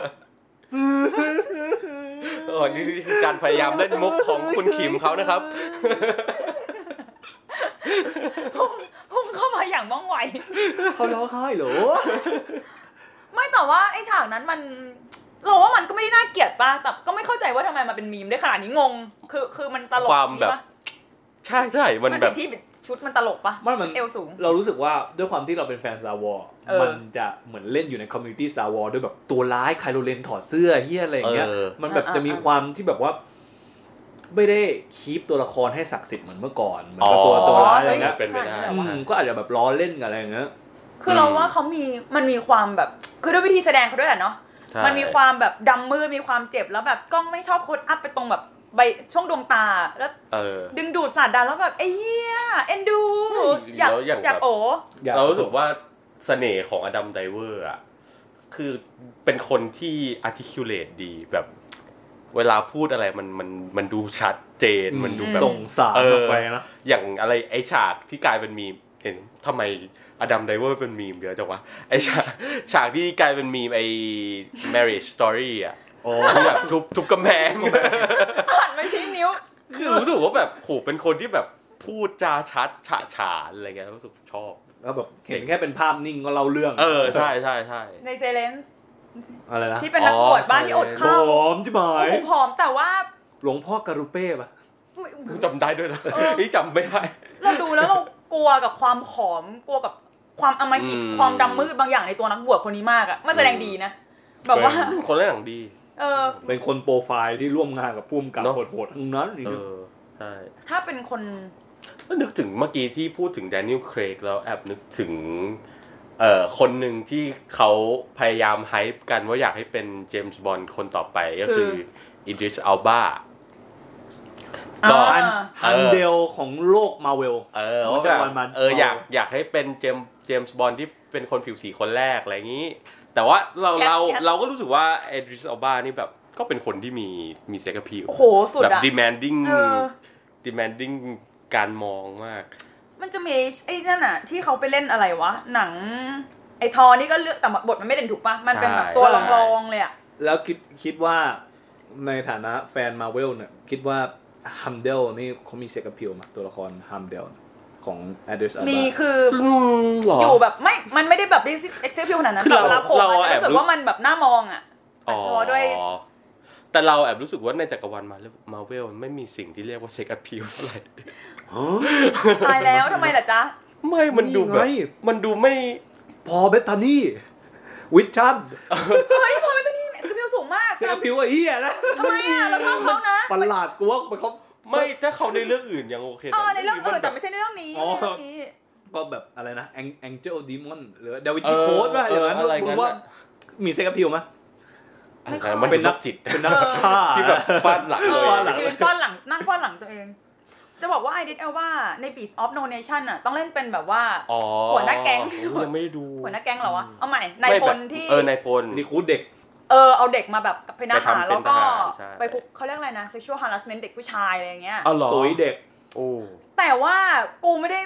S2: เออนี่คือการพยายามเล่นมุกของคุณคิมเขานะครับ
S1: พุ่งเข้ามาอย่างว่องไว
S3: เขาร้องไห้เหรอ
S1: ไม่แต่ว่าไอ้ฉากนั้นมัน เราว่ามันก็ไม่ได้น่าเกลียดป่ะแต่ก็ไม่เข้าใจว่าทำไมมันเป็นมีมได้ขนาดนี้งง คือคือมันตลก
S2: ความแบบ
S1: ดีปะ
S2: ใช่ใช่มัน
S1: มัน
S2: แบ
S1: เป็
S2: บ
S1: นที่ชุดมันตลกปะ
S3: มันมัน
S1: ชุดเอวสูง
S3: เรารู้สึกว่าด้วยความที่เราเป็นแฟน Star Wars
S1: เออ
S3: มันจะเหมือนเล่นอยู่ในคอมมูนิตี้ Star Wars ด้วยแบบตัวร้ายไคลโรเลนถอดเสื้อเฮียอะไรอย่างเงี้ย
S2: เออ
S3: มันแบบจะมีความที่แบบว่า ไม่ได้คีปตัวละครให้ศักดิ์สิทธิ์เหมือนเมื่อก่อนเหมือนกับตัว
S2: อ๋อ
S3: ตัวร้ายอะไรเงี้ย
S2: เป็นไปได้
S1: ฮ้ย
S3: อืมก็อาจจะแบบล้อเล่นกับอะไรอย่างเงี้ย
S1: คือเราว่าเขามีมันมีความแบบ คือด้วยวิธีแสดงเขาด้วยแหละเนาะ
S2: ใช่
S1: มันมีความแบบดำมืดมีความเจ็บแล้วแบบกล้องไม่ชอบโคดอัพไปตรงแบบใบช่วงดวงตา แล้ว
S2: เออ
S1: ดึงดูดสาดดันแล้วแบบไอ้เหี้ยเอ็นดูอยาก
S2: แล้วอย่าง
S1: อยาก
S2: แบบ
S1: โอ
S2: เรารู้สึกว่าเสน่ห์ของอดัมไดเวอร์อ่ะ คือเป็นคนที่ articulate ดีแบบ เวลาพูดอะไรมันมันมันดูชัดเจนมันดูแบบ
S3: ส่งสาร
S2: เออ
S3: ออกไปนะ
S2: อย่างอะไรไอฉากที่กลายเป็นมีมเห็นทำไมอดัมไดเวอร์เป็นมีมเยอะจังวะไอฉาก ฉากที่กลายเป็นมีมไอ marriage story อ่ะ
S3: โอ้
S2: ที่แบบทุบทุบกำแพง
S1: หันไปชี้นิ้ว
S2: คือรู้สึกว่าแบบโหเป็นคนที่แบบพูดจาชัดฉะฉานอะไรเงี้ยรู้สึกชอบ
S3: แล้วแบบเห็นแค่เป็นภาพนิ่งก็เล่าเรื่อง
S2: เออใช่ใช่ใช่
S1: ในเซเลนส์
S3: อะไรนะ
S1: ที่เป็นนักบวชบ้านที่อด
S3: ผ
S1: ข้าว
S3: อมจิ๋มาย
S1: โอ้โหผอมแต่ว่า
S3: หลวงพ่อการุเป้ปะ
S2: จำได้ด้วยนะ นี่จำไม่ได้
S1: เราดูแล้วเรากลัวกับความผอมกลัวกับความอำมหิต
S2: อืม
S1: ความดำมืดบางอย่างในตัวนักบวชคนนี้มากอะมันแสดงดีนะ แบบว่า
S3: เป็น
S2: คนเล่นหนังดี
S1: เออ
S3: เป็นคนโปรไฟล์ที่ร่วมงานกับพุ่มกับ
S2: เนอะ
S3: โหดๆทั้งนั้น
S2: เออ ใช่
S1: ถ้าเป็นคน
S2: แล้วนึกถึงเมื่อกี้ที่พูดถึงแดเนียลเครกแล้วแอบนึกถึง เอ่อ คนหนึ่งที่เขาพยายามไฮป์กันว่าอยากให้เป็นเจมส์บอนด์คนต่อไปก็คืออิดริสอัลบา ก็
S1: อ่า
S3: อันอันเดลของโลกมาเวล
S2: เออ
S3: รู้
S2: ว่า
S3: จั
S2: แบ
S3: ก
S2: บ
S3: วันๆ
S2: เอออยากอยากให้เป็นเจมส์เจมส์บอนด์ที่เป็นคนผิวสีคนแรกอะไรอย่างนี้ แต่ว่าเราเราเราก็รู้สึกว่าเอดริสอัลบานี่แบบก็เป็นคนที่มีมีเซ็กซ์พี
S1: โอ้โหสุด
S2: แบบ
S1: อะ
S2: demanding
S1: เออ
S2: demanding การมองมาก
S1: มันจะมีไอ้นั่นอะที่เขาไปเล่นอะไรวะ หนัง ไอ้ทอนี่ก็เลือกแต่บทมันไม่เด่นถูกปะมันเป็นแบบ
S2: ใช่
S1: ตัวรองๆเลยอะ
S3: แล้วคิดคิดว่าในฐานะแฟนมาเวลเนี่ย คิดว่าฮัมเดลนี่เขามีเซ็กพิลมาตัวละครฮัมเดลของแอดเดสอัล
S1: มี
S3: บา
S1: คือ
S2: หรอ
S1: อยู่แบบไม่ มันไม่ได้แบบเอ็กเซลพิวขนาดนั้น
S2: คือเรา
S1: แต่เราผม
S2: เรา
S1: อะ
S2: แอบ
S1: รู้สึก
S2: รู้
S1: ว่ามันแบบหน้ามอง อะแต่พอด้วย
S2: แต่เราแอบรู้สึกว่าในจักรวาลมามาเวลไม่มีสิ่งที่เรียกว่าเซ็กอะพิวอะไร
S1: ตายแล้วทำไมล่ะจ๊ะ
S2: ไม่มันดูแบบ
S3: นี่ไง
S2: มันดูไม่
S3: พอเบตตานี่วิชชัน
S1: เฮ้ยพอเป็นตัวนี้คือเพียวสูงมาก
S3: เซ็กพิลไอ้เหี้ยนะ
S1: ทำไมอ่ะเราชอบเขานะ
S3: ประหลาดกูว่ามันเขา
S2: ไม่ถ้าเขาในเรื่องอื่นยังโอเค
S1: เออในเรื่องอื่น
S2: แต่
S1: แต่ไม่ใช่ในเรื่องนี้
S3: อ๋อ
S1: ในเรื่องนี้
S3: ก็แบบอะไรนะแองแองเจลดีมอนหรือเดวิด
S2: เอ
S3: ชี
S2: อ
S3: โค้ดป่ะ
S2: เอ
S3: อ
S2: อ
S3: ย่างนั้น
S2: อะไร
S3: มึ
S2: งั้
S3: ง
S2: น
S3: ว่า
S2: อะ
S3: มีเซ็กพิลมั้ย
S1: ไม่เข้า
S2: มันเป็นนักจิต
S3: เป็นนักฆ่า
S2: ที่แบบฟาดหลัง
S1: เอ
S2: เล
S1: อย
S3: หลัง
S1: ยืนฟ้อนหลังนั่งฟ้อนหลังตัวเอง จะบอกว่าไอเดนเอลว่าใน Beast of No Nation อ่ะต้องเล่นเป็นแบบว่า
S2: อ๋อ
S1: หัวหน้าแก๊ง
S2: อุ๊ยยังไม่ได้ดู
S1: หัวหน้าแก๊งเหรอวะ เอาใหม่นาย
S2: ไม่
S1: พ
S2: แบบ
S1: ลที่
S2: เออนายพล
S3: นี่คูเด็ก
S1: เออเอาเด็กมาแบบเป็นอาหาร
S2: ไปทำเป็น
S1: แล้วก็
S2: ทหารใช่
S1: ไปคุกเขาเรียกอะไรนะ sexual harassment เด็กผู้ชายอะไรอย่างเงี้ย
S2: อ๋อเหรอ
S3: ตุ๋ยเด็ก
S2: โอ้
S1: แต่ว่ากูไม่ได้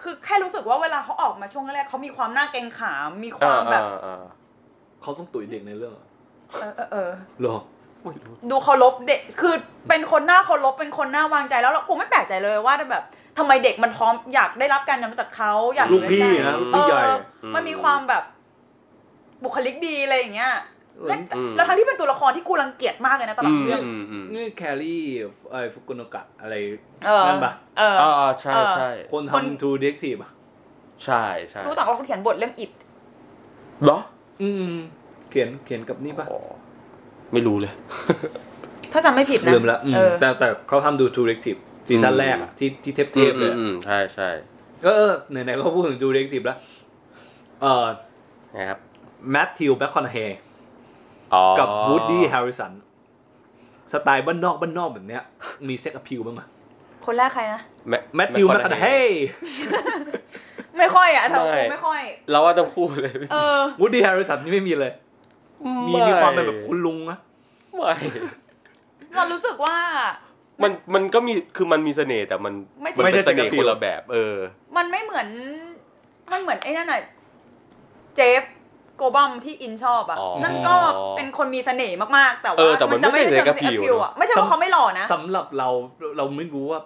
S1: คือแค่รู้สึกว่าเวลาเขาออกมาช่วงแรกๆเขามีความหน้าเกรงขามมีค
S2: เอ
S1: วาม
S2: อ
S1: แบบ
S2: เออ
S3: เขาต้องตุ๋ยเด็กในเรื่องเหรอ
S1: เออเออเออ
S3: เหรอ
S2: ไม่รู้
S1: ดูเคารพเด็กคือเป็นคนหน้าเคารพเป็นคนหน้าวางใจแล้วแล้วกูไม่แปลกใจเลยว่าแบบทำไมเด็กมันพร้อมอยากได้รับการยอมรับจากเขาอยาก
S3: ลูกพี่
S1: เย
S3: นะลูก
S1: เอ
S3: พี่ใหญ่
S1: อมันมีความแบบบุคลิกดีอะไรอย่างเงี้ยและ
S2: อืม
S1: แล้วทั้งที่เป็นตัวละครที่กูรังเกียจมากเลยนะตลอดเรื่อง
S2: อืมอืมอืม
S3: นี่แครี่ไอ้ฟุกุโนกะอะไร
S1: เออ
S3: นั่นปะ
S1: เออ
S2: อ่าใช่
S1: เออ
S2: ใช่
S3: คน
S1: คน
S3: ทำทูเด็กทีฟอ่ะ
S2: ใช่ใช่
S1: รู้แต่ว่าเขาเขียนบทเรื่องอิด
S2: เหรอ
S3: อืม เขียนเขียนกับนี่ปะ
S2: อ๋อไม่รู้เลย
S1: ถ้าจำไม่ผิดนะ
S3: ลืมละอืม
S1: เออ
S3: แต่แต่เขาทำดูทูเด็กทีฟซีซั่น
S2: อืม
S3: แรกอะที่ที่เทปเทปเลย
S2: อืม
S3: อะ
S2: อืมใช่ใช่
S3: ก็เออไหนๆก็พูดถึงทูเด็กทีฟแล้วเอ่อ
S2: นะครับ
S3: แมทธิวแบ็คคอนเฮ
S2: อ๋อ
S3: กับวูดดี้แฮร์ริสันสไตล์บ้านนอกบ้านนอกแบบเนี้ย มีเซ็กอพิวบ้างไหม
S1: คนแรกใครนะ
S3: แมทธิวแบ็คคอนเฮ
S1: ไม่ค่อยอ่ะทั้งคู่ไม่ค่อย
S2: เราว่าต้องพูดเลย
S1: เออ
S3: วูดดี้แฮร์ริสันนี่ไม่มีเลย มีมีความเป็นแบบคุณลุงนะ
S2: ไม่
S1: มันรู้สึกว่า
S2: มันมันก็มีคือมันมีเสน่ห์แต่มัน
S1: ไม่
S2: นเป็น
S3: ไม่ใช่
S2: เสน่ห์
S3: เสน่
S2: ค
S3: ห์
S2: นละแบบ เออ
S1: มันไม่เหมือน มันเหมือนไอ้นั่นหน่อยเจฟโกลบอมที่อินชอบอ่ะ
S2: อ๋อ
S1: นั่นก็เป็นคนมีเสน่ห์มากๆ แต่
S2: เอ
S1: ว่า
S2: อแต่มัน
S1: จะไม่
S2: ไม่ใช่
S1: ได้เชิง
S2: Negative
S1: sex appeal อ่ะ
S2: เนอะ
S1: ไม่ใช่ว่าเขาไม่หล่อนะ
S3: สำหรับเราเราไม่รู้ว่า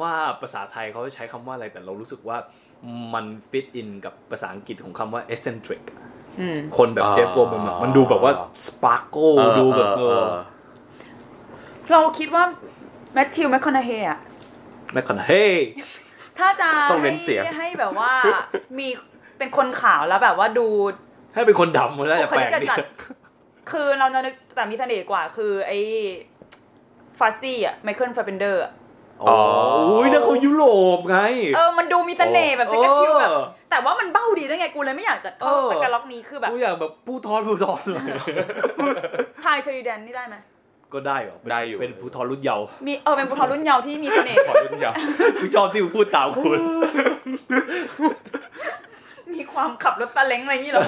S3: ว่าภาษาไทยเขาใช้คำว่าอะไรแต่เรารู้สึกว่ามันฟิตอินกับภาษาอังกฤษของคำว่า eccentric อะ
S1: อืม
S3: คนแบบ
S2: อ่า
S3: เจฟโกลแมนอะมันดูแบบว่า sparkle ดูแบบเออ
S1: เราคิดว่าแมทธิวแมคคอนาเฮอ่ะ
S3: แมคคอนเฮ้
S1: ถ้าจะ
S2: ต้องเน้น
S1: ให้
S2: เสียง
S1: ให้แบบว่า มีเป็นคนขาวแล้วแบบว่าดู
S3: ให้เป็นคนดำมันน่าจะแปลก
S1: บุคลิ
S3: ดี
S1: กจัด คือเราจะนึกแต่มีเสน่ห์กว่า คือไอ้ฟาซี่อ่ะไมเคิลฟาเบนเดอร์
S3: โอ้ยนั่นเขายุโรปไง
S1: เออมันดูมีเสน่ห์แบบเซ็กซ์พิวแบบ
S3: เออ
S1: แต่ว่ามันเบ้าดีด้วยไงกูเลยไม่อยากจะเข้า
S3: เออ
S1: ตะกาล็อกนี้คือแบบ
S3: กูอยากแบบผู้ทอนผู้ทอนเลย
S1: ทายเชอรีแดนนี่ได้ไหม
S3: ก็ได้เหรอเป็น
S2: ได้อยู่
S3: เป็นผู้ทอนรุ่นเยาว์
S1: มีเออเป็นบุคคลรุ่นเยาว์ที่มีเสน่ห์
S2: ขอรุ่นยาว
S3: กูชอบที่มึงพูดตามคุณ
S1: มีความขับรถตะเล้งอะไรอย่างนี้เหรอ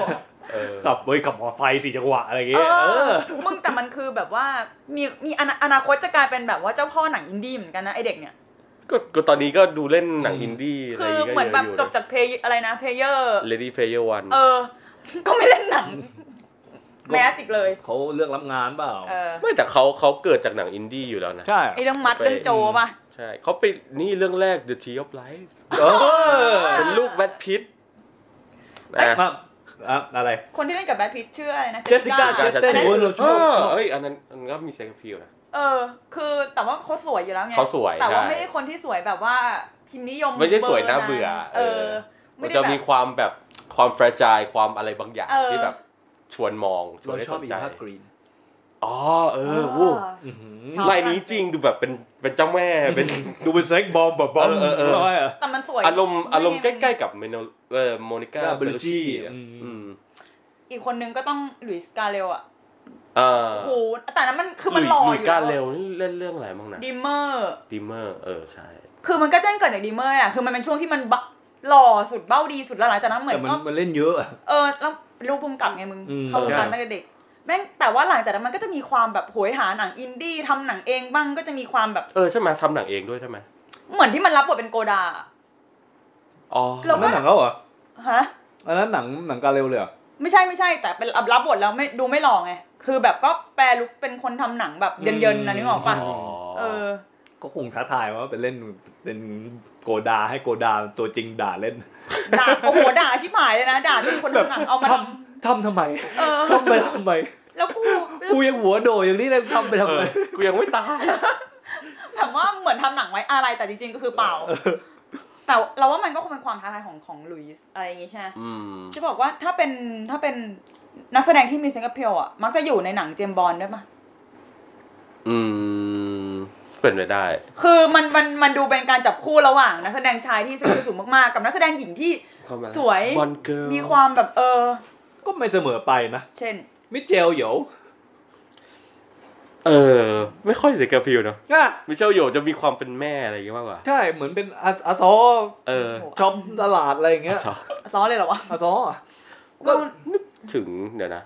S2: เออ
S3: ขับเอ้ยขับมอไฟสี่จังหวะอะไรอย่าง
S1: เอ
S3: เงี้ยเอ
S1: อ
S3: อ
S1: มึงแต่มันคือแบบว่ามีมีอนาอนาคตจะกลายเป็นแบบว่าเจ้าพ่อหนังอินดี้เหมือนกันนะไอเด็กเนี่ย
S2: ก็ก็ตอนนี้ก็ดูเล่นหนังอินดี้อะไร
S1: คือ
S2: อ
S1: เห
S2: ย่าง
S1: มือน
S2: งี้
S1: แบบ
S2: ก็เยอะอยู่
S1: จบจากเพลย์อะไรนะเพลเยอร์
S2: เลดี้เพลเยอร์วัน
S1: เออ ก็ไม่เล่นหนัง
S3: ก็
S1: แมสอีกเลย
S3: เขาเลือกรับงานเปล่า
S1: เออ
S2: ไม่แต่เขาเขาเกิดจากหนังอินดี้อยู่แล้วนะ
S3: ใช่
S1: ไอเรื่องมัดเรื่องโจป่ะ
S2: ใช่เขาไปนี่เรื่องแรก The Tree of Life
S3: เออ
S2: เป็นลูกแบทพิทนะ
S3: มาอะอะไร
S1: คนที่เล่นกับแบทพิทชื่ออะไรนะ
S3: เจสสิก้า
S2: กา
S1: Jessica
S2: รจะ
S3: Chastain
S2: เชื่
S3: โอ้ยเราชอบ
S2: เอ้ยอันนั้นอันนั้นก็มีเซ็กซ์พิวนะ
S1: เออ คือแต่ว่าเขาสวยอยู่แล้วไง
S2: เขาสวย
S1: แต่ว่า
S2: ใช่
S1: ไม่ได้คนที่สวยแบบว่าพิมพ์นิยม
S2: ไม่ได้สวย
S1: บร์
S2: น่าเบื่อ
S1: เอ
S2: เอ
S1: อ
S2: อ มั
S1: ไม่
S2: น
S1: ได้
S2: จะ
S1: แบ
S2: มี
S1: บ
S2: ความแบบความแฟร์จายความอะไรบางอย่าง
S1: เออ
S2: ที่แบบ ชวนมองชวน
S3: เรา
S2: ให้
S3: ช
S2: ส
S3: อบ
S2: น
S3: อี
S2: ใจ
S3: วากรีน
S2: อ๋อเออวู้
S3: อื้อหือ
S1: ชอบ
S2: ลายนี้จริงดูแบบเป็นเป็นเจ้า แม่เป็น
S3: ดูเป็นเซ็กบอมแบบบอม
S2: เออเออเออ
S3: น้ยะ
S1: แต่มันสวย
S2: อารมณ์อารมณ์ใกล้ๆกับเมโนเอ่อโมนิก้า
S3: Bellucci
S2: เบลชี
S3: อืม
S2: อืม
S1: ๆอีกคนนึงก็ต้องหลุยส์กาเรลอ่ะ
S2: เอ่อ
S1: โอ้โหแต่นั้นมันคือมันหล่อ
S2: หลุย
S1: อ
S2: ส์
S1: ยู่
S2: กา
S1: แล้ว
S2: เร็วนี่เล่นเรื่องอะไรบ้างนะ
S1: ดิมเมอร์
S2: ดิมเมอร์เออใช่
S1: คือมันก็แจ้งเกิดจากดิมเมอร์อ่ะ คือมันเป็นช่วงที่มันบะหล่อสุดเบ้าดีสุดแล้วหลังจากนั้นเหมือน
S3: แต่มัน
S1: ก็
S3: มันเล่นเยอะอะ
S1: เออแล้วเป็นลูกภูมิกับไงมึง
S3: อืม
S1: เขาวงการ
S2: ใช่
S1: ตั้งแต่เด็กแม่งแต่ว่าหลังจากนั้นมันก็จะมีความแบบโหยหาหนังอินดี้ทำหนังเองบ้างก็จะมีความแบบ
S2: เออใช่ไหมทำหนังเองด้วยใช่ไหม
S1: เหมือนที่มันรับบทเป็นโกดา
S2: อ๋อ
S1: เรา
S3: อันนั้นหนังเขาเหรอ
S1: ฮะ
S3: อันนั้นหนังหนังกาเร็วเลยเหรอ
S1: ไม่ใช่ไม่ใช่แต่เป็นรับบทแล้วไม่ดูไม่หล่อไง คือแบบก็แปลลุกเป็นคนทำหนังแบบเยินๆนะนึกออกปะ
S2: อ๋อ
S1: เออ
S3: ก็คงท้าทายว่าเป็นเล่นเป็นโกดาให้โกดาตัวจริงด่าเล่น
S1: ด่าโอ้โหด่าชิบหายเลยนะด่าที่คนทำหนังเอามา
S3: ท
S1: ท
S3: ำทำทำไม
S1: ำเออ
S3: ทำไปทำไม
S1: แล้วกู
S3: กูยังหัวโดอย่างนี้เลยทำไปทำ
S2: เอ
S3: ไม
S2: อกูยังไม่ตาย
S1: แบบว่าเหมือนทำหนังไว้อะไรแต่จริงๆก็คือเปล่า แต่เราว่ามันก็คงเป็นความท้าทายของของหลุยส์อะไรอย่างงี้ใช่ไหม
S2: อืม
S1: จะบอกว่าถ้าเป็นถ้าเป็นนักแสดงที่มีเซ็กเพียวอ่ะมักจะอยู่ในหนังเจมส์บอลด้วยปะ
S2: อืม เป็นไปได้
S1: คือมันมันมันดูเป็นการจับคู่ระหว่างนักแสดงชายที่เซ็กเพียวสูงมากๆกับนักแสดงหญิงที่ สวย
S2: บอลเกิร์ล
S1: มีความแบบเออ
S3: ก็ไม่เสมอไปนะ
S1: เช่น
S3: มิเชลเหยว
S2: เออ ไม่ค่อยเสียกระพิวเนาะ
S3: อ่ะ
S2: มิเชลโยจะมีความเป็นแม่อะไรอย่างเงี้ยมากกว่า
S3: ใช่เหมือนเป็นอาอาซอ
S2: เออ
S3: ชอมตลาดอะไรอย่างเงี้ย
S2: สอ
S1: ล้อเลยเหรอวะ
S3: อาซออ่ะ
S1: ก็
S2: ถึงเดี๋ยวนะ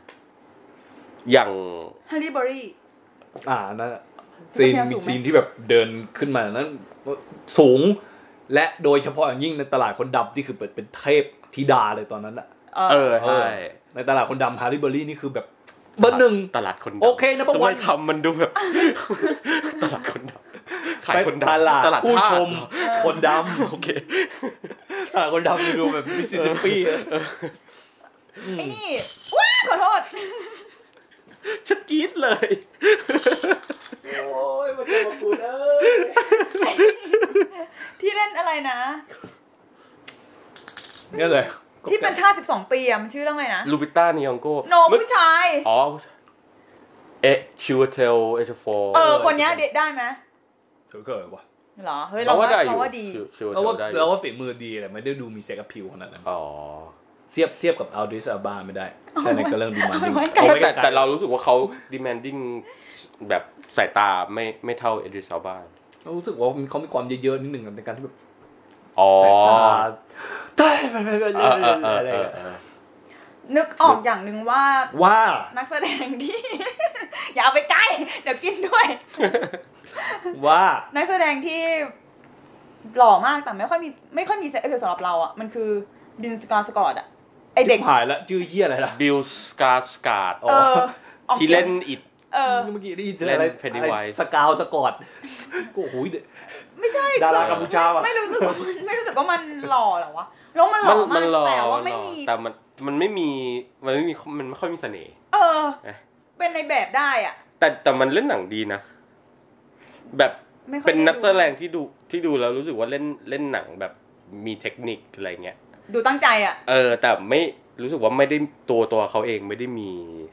S2: อย่าง
S1: ฮันรี่เบอรี่
S3: อ่านั่นอะซีนมีซีนที่แบบเดินขึ้นมานั้นสูง และโดยเฉพาะอย่างยิ่งในตลาดคนดำที่คือเปิดเป็นเทพธิดาเลยตอนนั้นอะ
S2: เออใช่
S3: ในตลาดคนดำฮาริเบอรี่นี่คือแบบเบอร์หนึ่ง
S2: ตลาดคนดำ
S3: โอเคนะประวัติ
S2: ทำไมคำมันดูแบบ ตลาดคนดำขายคนดำ
S3: ตลาด
S2: ตลาด
S3: ผู้
S2: ท่าส
S3: ช ม
S2: เหรอ
S3: คนด
S2: โอเค
S3: ำตลาดคนดำดูแบบมิสซิสซิปปี
S1: ไอ้นี่ว้าขอโทษ
S2: ฉันกรี๊ดเลย
S3: โอ้ยมันจะมาพูดเอ้ย
S1: ที่เล่นอะไรนะ
S3: นี่เลย
S1: ที่เป็นท่าสิบสองปีอะมันชื่อเรื่องอะไรนะ
S2: ลูบิต้านิยองโก
S1: โนผู้ชาย
S2: อ๋อเอะชิวเทลเอชโฟ
S1: เออ คนเนี้ยเด็ดได้ไหม
S3: เฉยเกิดว่ะ
S1: เหรอ เฮ้ย เราว่า
S2: ได้อ
S1: เรา
S2: ยู่
S1: ว่าดี
S2: ชิวเท
S3: เรา
S2: ล
S3: ว่า
S2: ได้อยู่
S3: เราว่าฝีมือดีแหละไม่ได้ดูมีเซ็กพิวขนาดนั้น
S2: อ๋อ
S3: เทียบเทียบกับอัลดิสอาบาไม่ได้ใช่ในก็เรื่องดูมัน
S1: เอาไว้ไกล
S2: แต่แต่แต่เรารู้สึกว่าเขา demanding แบบสายตาไม่ไม่เท่าเอดริซาบ้าน
S3: เรารู้สึกว่ามันเขามีความเยอะๆนิดหนึ่งในการที่แบบ
S2: อ๋อ
S3: สายตาได้
S2: เออเออเออ
S3: อะไร
S2: เออเอ
S3: อย่างเงี้ย
S2: อ
S1: นึกออกอย่างหนึ่งว่า
S3: ว่า
S1: นักแสดงที่ อย่าเอาไปใกล้ เดี๋ยวกินด้วย
S3: ว่า
S1: นักแสดงที่หล่อมากแต่ไม่ค่อยมีไม่ค่อยมีเซ็กซ์เอฟสำหรับเราอ่ะ มันคือดินสกอร์สกอตอ่ะ ไอเด็ก
S3: หายละชื่อเหี้ยอะไรล่ะ
S2: บิลสกาสการ์ด
S1: เออออกสียง
S2: ที่เล่นอิด
S1: เออ
S3: เมื่อกี้ได้ยินเจออะไร
S2: เล่น Pennywise
S3: อะไรสกาวสกอตก็โอ้โหเดี๋ยว
S1: ไม่ใช่
S3: ดารา
S1: คือ
S3: กัมพูชาอะ
S1: ไม่รู้สึกว่ามันไม่รู้สึกว่ามันหล่อเหรอวะแล้วมันหล่อมากแต่ว่าไม่มี
S2: แต่มันมันไม่มีมันไม่มีมันไม่ค่อยมีเสน่ห์
S1: เออ
S2: เอ๊ะ
S1: เป็นในแบบได้อ่ะ
S2: แต่แต่มันเล่นหนังดีนะ แบบ
S1: ไม่ค่อย
S2: เป็น
S1: ได้ดู
S2: นักแสดงที่ดูที่ดูแล้วรู้สึกว่าเล่นเล่นหนังแบบมีเทคนิคอะไรเงี้ย
S1: ดูตั้งใจอ่ะ
S2: เออ แต่ไม่รู้สึกว่าไม่ได้ตัวตัวเขาเองไม่ได้มี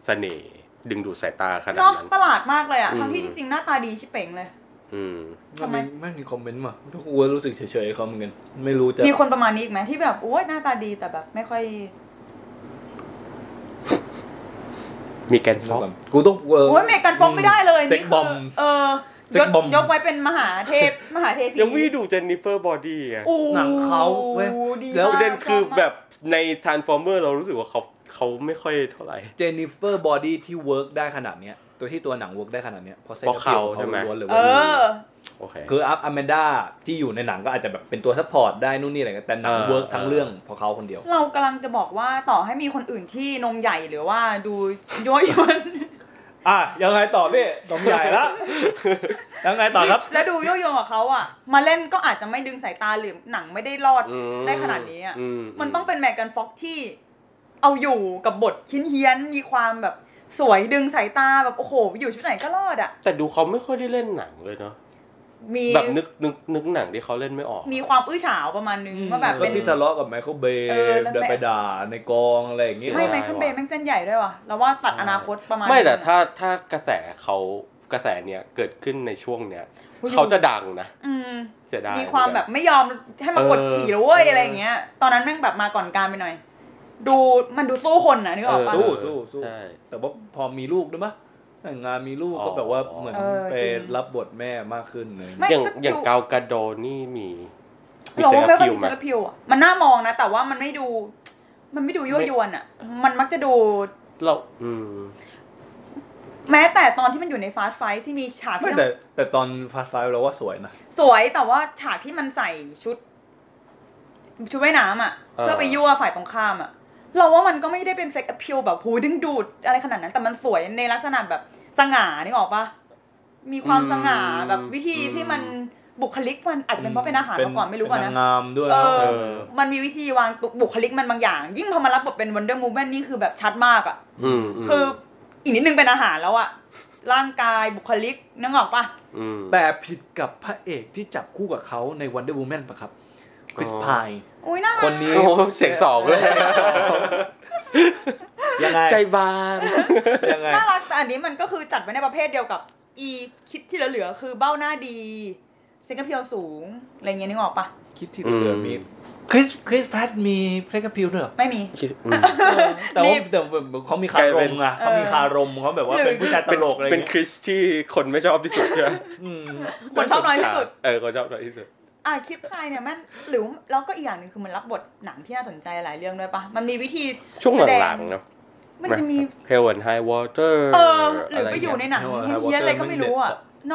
S2: เสน่ห์ดึงดูดสายตาขนาด
S1: เนาะ
S2: นั้น
S1: ประหลาดมากเลยอ่ะ
S2: อืม
S1: ทั้งที่จริงๆ หน้าตาดีชิบเป่งเลย
S2: อืม
S1: ทำไม
S3: ไม่มีคอมเมนต์มาทุกกูรู้สึกเฉยๆเขาเหมือนกัน ไม่รู้จะ
S1: มีคนประมาณนี้อีกไหมที่แบบ โอ้ยหน้าตาดีแต่แบบ ไม่ค่อย
S2: มีแกนฟอก
S3: กูต้องเ
S1: โอ้ยเมกันฟองไม่ได้เลย
S3: เซ็
S1: นี่
S3: ก
S1: คื
S3: บอม
S1: อเออ
S3: เซ็
S1: ย
S3: ก
S1: ก
S3: บอม
S1: ยกไว้เป็นมหาเทพ มหาเทพี
S2: ยังไม่ได้ดูเจนนิเฟอร์บอดี้ไง
S1: โอ้
S3: หนังเขาเว้ย
S1: ดี
S3: แล้ว
S1: มาก
S2: ประเด็นคือ
S1: ชมาก
S2: แบบในท r a n s f o r m e r เรารู้สึกว่าเขาเขาไม่ค่อยเท่าไหร่
S3: เจนนิเฟอร์บอดี้ที่เวิร์กได้ขนาดเนี้ย ตัวที่ตัวหนังเวิร์กได้ขนาดเนี้ยเพราะเซ็ก
S2: เพราะเขาใช่ไหม
S3: ล้วนๆเลย
S1: เอ
S3: เว้ย
S1: อ
S2: โอเค
S3: คืออัพอแมนด้าที่อยู่ในหนังก็อาจจะแบบเป็นตัวซัพพอร์ตได้นู่นนี่อะไรกันแต่หนัง
S2: เออ
S3: เวิร์กทั้งเรื่องเพราะเขาคนเดียว
S1: เรากำลังจะบอกว่าต่อให้มีคนอื่นที่นมใหญ่หรือว่าดูย้อยยวน
S3: อ่ะยังไงต่อพี่ตองใหญ่ ละยังไงต่อครับ
S1: และดูย้อยยวนกับเขาอ่ะ มาเล่นก็อาจจะไม่ดึงสายตาหรือหนังไม่ได้รอด
S2: อืม
S1: ได้ขนาดนี้อะ
S2: ม
S1: มันต้องเป็นแมกกันฟ็อกที่เอาอยู่กับบทคิ้นเฮี้ยนๆมีความแบบสวยดึงสายตาแบบโอ้โห อยู่ชุดไหนก็รอดอ่ะ
S2: แต่ดูเขาไม่ค่อยได้เล่นหนังเลยเนาะ
S1: มี
S2: แบบนึกนึกนึกหนังที่เขาเล่นไม่ออก
S1: มีความอื้อฉาวประมาณนึงว่าแบบ
S3: ก็
S1: เป็น
S3: ที่ทะเลาะกับไมเคิลเบย์
S1: เออนั่นแห
S3: เดิ
S1: ละ
S3: นไปด่าในกองอะไรอย่างเงี้ย
S1: ไม่
S2: ด้
S1: ไมเคิล
S2: ว่ะ
S1: เบย์แม่งเส้นใหญ่ด้วยว่ะเราว่าตัดอนาคตประมาณ
S2: ไม่แต่
S1: นึงอะ
S2: ถ้าถ้ากระแสเขากระแสเนี้ยเกิดขึ้นในช่วงเนี้ย
S1: ผู้ชม
S2: เขาจะดังนะ
S1: อืม
S2: เสียดาย
S1: มีความแบบไม่ยอมให้มากดขี่แล้วเว้ย
S2: เอออ
S1: อะไรอย่างเงี้ย ตอนนั้นแม่งแบบมาก่อนการไปหน่อย ดูมันดูสู้คนนะนึกออกปะ
S2: เอ
S3: สู้
S2: อ
S3: สู้สู้
S2: ใช่
S3: แต่ว่าพอมีลูกด้วยปะแต่งงานมีลูก
S2: อ๋อ
S3: ก็แบบว่าเหมือน
S1: เออ
S3: ไป
S1: จริง
S3: รับบทแม่มากขึ้นเลย
S1: ไม่
S2: อย่าง
S1: ก็
S2: อย่าง
S1: ดู
S2: กาวกาโดนี่มีมี
S1: เรา
S2: เซ็ก
S1: ว่าไม่ค่อย
S2: พิว
S1: มี
S2: ไหม
S1: เซ็กพิวอะมันน่ามองนะ แต่ว่ามันไม่ดู มันไม่ดูยั่วยวนอ่ะ มันมักจะดู
S2: เราอืม
S1: แม้แต่ตอนที่มันอยู่ในฟาสต์ไฟท์ที่มีฉาก
S3: ไม่
S1: ที่
S3: แต่แต่ตอนฟาสไฟเราว่าสวยนะ
S1: สวยแต่ว่าฉากที่มันใส่ชุด ชุดว่ายน้ำอ่ะ
S2: เออ
S1: เพื่อไปยั่วฝ่ายตรงข้ามอ่ะ เราว่ามันก็ไม่ได้เป็นเซ็กอะพิวแบบหูดึงดูดอะไรขนาดนั้น แต่มันสวยในลักษณะแบบสง่านึกออกปะมีความสง่าแบบวิธีที่มันบุคลิกมันอาจจะเป็นเพราะเป็นอาหารมาก่อนไม่รู้ก่อน
S3: เป็
S1: นะ
S3: นางงามด้วย
S1: เอ
S2: เอ
S1: อ
S2: อ
S1: มันมีวิธีวางตุบุคลิกมันบางอย่าง ยิ่งพอมารับบทเป็นวันเดอร์มูแมนนี่คือแบบชัดมากอ่ะ
S2: อืมม
S1: คืออีกนิดนึงเป็นอาหารแล้วอะร่างกายบุคลิกนึกออกปะ
S2: อืม
S3: แต่ผิดกับพระเอกที่จับคู่กับเขาใน Wonder Woman ปะครับคริส
S2: อ๋อ
S3: พาย
S1: อุ้ยน่ารัก
S3: คนนี้
S2: โอ้โหเสียงสองเลย
S3: ยังไง
S2: ใจบาง
S3: ยังไง
S1: น่ารักแต่อันนี้มันก็คือจัดไว้ในประเภทเดียวกับ อีคิดที่เหลือๆคือเบ้าหน้าดีเซ็กเพียวสูงอะไรเงี้ยนึกออกปะ
S3: คิดที่เหลือมี คริสคริสแพทมีเพลงกับพิวด้วยเหรอ
S1: ไม่มี
S2: คิดอืม
S3: แต่
S1: รี
S3: ว่า
S1: บ
S3: แต่ว่าเขามีคาก
S2: ลาย
S3: ร
S2: เป็น
S3: มอะเขามีคารมเขาแบบว่า
S1: หรือ
S3: เป็นผู้ชายตลกอะไร
S2: เป็น
S3: เงี้
S2: ค
S3: ย
S2: ริสที่คนไม่ชอบที่สุดใช่ไหม
S3: อืม
S1: คนชอบน้อยที่สุด
S2: เออคนชอบน้อยที่สุด
S1: อ่าคลิปไทยเนี่ยมันหรือแล้วก็อีกอย่างหนึ่งคือมันรับบทหนังที่น่าสนใจหลายเรื่องด้วยปะมันมีวิธี
S2: ช่วงหลังๆเนาะ
S1: มันจะมี
S2: Hell and High Water
S1: เออ หรือไปอยู่ใน
S2: เงี้
S1: หนังเฮี้ยนๆอะไรก็ไม่รู้อ่ะ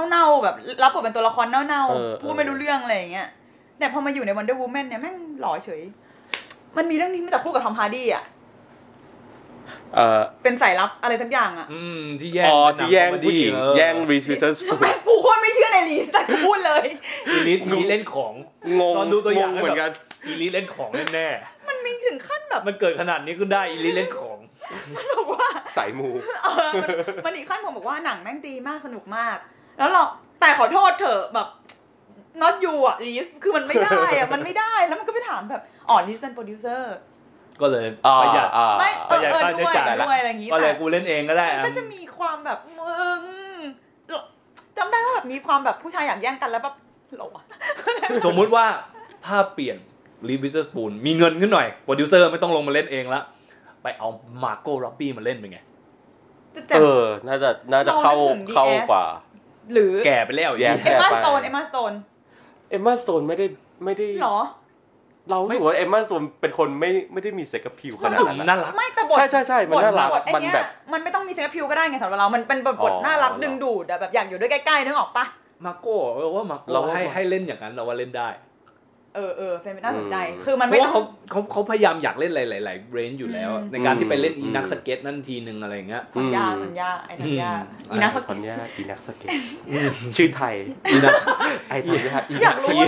S1: เน่าๆแบบรับบทเป็นตัวละครเน่า
S2: เออ
S1: ๆพูดไม่รู้เรื่องอะไรอย่างเงี้ยแต่พอมาอยู่ใน Wonder Woman เนี่ยแม่งหล่อเฉย มันมีเรื่องนี้มาจากคู่กับทอมฮาร์ดี้อ่ะ
S2: เอ่อ
S1: เป็นสายลับอะไรทั้งอย่างอ่ะ
S3: อืมที่แย่ง
S2: อ๋อที่แย่งผู้หญิง
S3: เออ
S2: แย่งรีสวิเตอร์สปู
S1: แม่งกูโคตรไม่เชื่อในนี้แต่กูพูดเลย
S3: อีลิทมีเล่นของ
S2: งง
S3: ตอนดูตัวอย่าง
S2: งเหมือนกัน
S3: อีลิทเล่นของแน่
S1: มันมีถึงขั้นแบบ
S3: ๆมันเกิดขนาดนี้ก็ได้อีลิทเล่นของ
S1: มันบอกว่า
S2: สายมู
S1: เออมันมันอีกขั้นผมบอกว่าหนังแม่งดีมากสนุกมาก แล้วเราแต่ขอโทษเถอะแบบ not you อ่ะลีสคือมันไม่ได้ อ่ะ มันไม่ได้แล้วมันก็ไปถามแบบอ๋อลีสเป็นโปรดิวเซอร์
S3: ก็เลยประหยัด
S1: ไม่เออเออ
S3: ประหยัด
S1: ด้วย
S3: ค่าใช้จ่ายละ
S1: ด้วยอะไรอย่างงี้
S3: ก็เล
S1: แต่
S3: ยกูเล่นเองก็ได้
S1: มัน
S3: อะ
S1: ก็จะมีความแบบมึงจำได้ว่าแบบมีความแบบผู้ชายอยากแย่งกันแล้วแบบหลบอะ
S3: สมมุติว่าถ้าเปลี่ยนรีวิสเตอร์สปูนมีเงินขึ้นหน่อยโปรดิวเซอร์ไม่ต้องลงมาเล่นเองละไปเอามาโก้ร็อบบี้มาเล่นเป็นไง
S1: จะเจ็บ
S2: เออ น่าจะ น่าจะเข้า
S1: เรานึกถึง DS
S2: เข้ากว่า
S1: หรือ
S3: แก่ไปแล้ว
S2: แย่
S3: แย่
S1: เอ็มมา
S2: ไป
S1: สโตนเอ็มมาสโตน
S2: เอมมาสโตนไม่ได้ ไม่ได้
S1: หรอ
S2: เรารู้สึกว่าเอมมาสโตนเป็นคนไม่ ไม่ได้มีเซ็กกับผิวขนาด
S3: รู้สึก
S2: นั้น
S3: น่า
S2: นะ
S3: รัก
S1: ไม่แต่บท
S2: ใช่ใช่ใช่มันน่ารัก
S1: บทไอ้
S2: มัน
S1: เนี้ย
S2: แบบ
S1: มันไม่ต้องมีเซ็กซ์พิวก็ได้ไงสำหรับเรา มันเป็นบท
S2: อ๋
S1: บ
S2: อ
S1: ทน่ารักดึงดูดอะแบบอยากอยู่ด้วยใกล้ๆนึกออกปะ
S3: มาโก้เออว่ามาโก้
S2: เราว่า
S3: ให้ให้เล่นอย่างนั้นเราว่าเล่นได้
S1: เออเออเป็นน่าสนใจ
S2: อืม
S1: คือมัน
S3: เพ
S1: ไม่
S3: ราะว่า
S1: ต้
S3: เขา
S1: อง
S3: เขาเขาพยายามอยากเล่นหลายๆเรนจ์อยู่แล้วอะ
S1: อืม
S3: ในการที่ไปเล่น
S2: อืม
S3: อีนักสเก็ตนั่นทีหนึ่งอะไรอย่างเงี้ย
S1: สัญญาสัญญาไอ้สัญญา
S3: อืม
S1: อีนัก
S2: ไทอนย่าอีนักสเก็ตชื่อไทย
S3: อีนัก
S2: ไอทอนย่าอี
S1: อยา
S2: นั
S1: ก
S2: กส
S1: รู้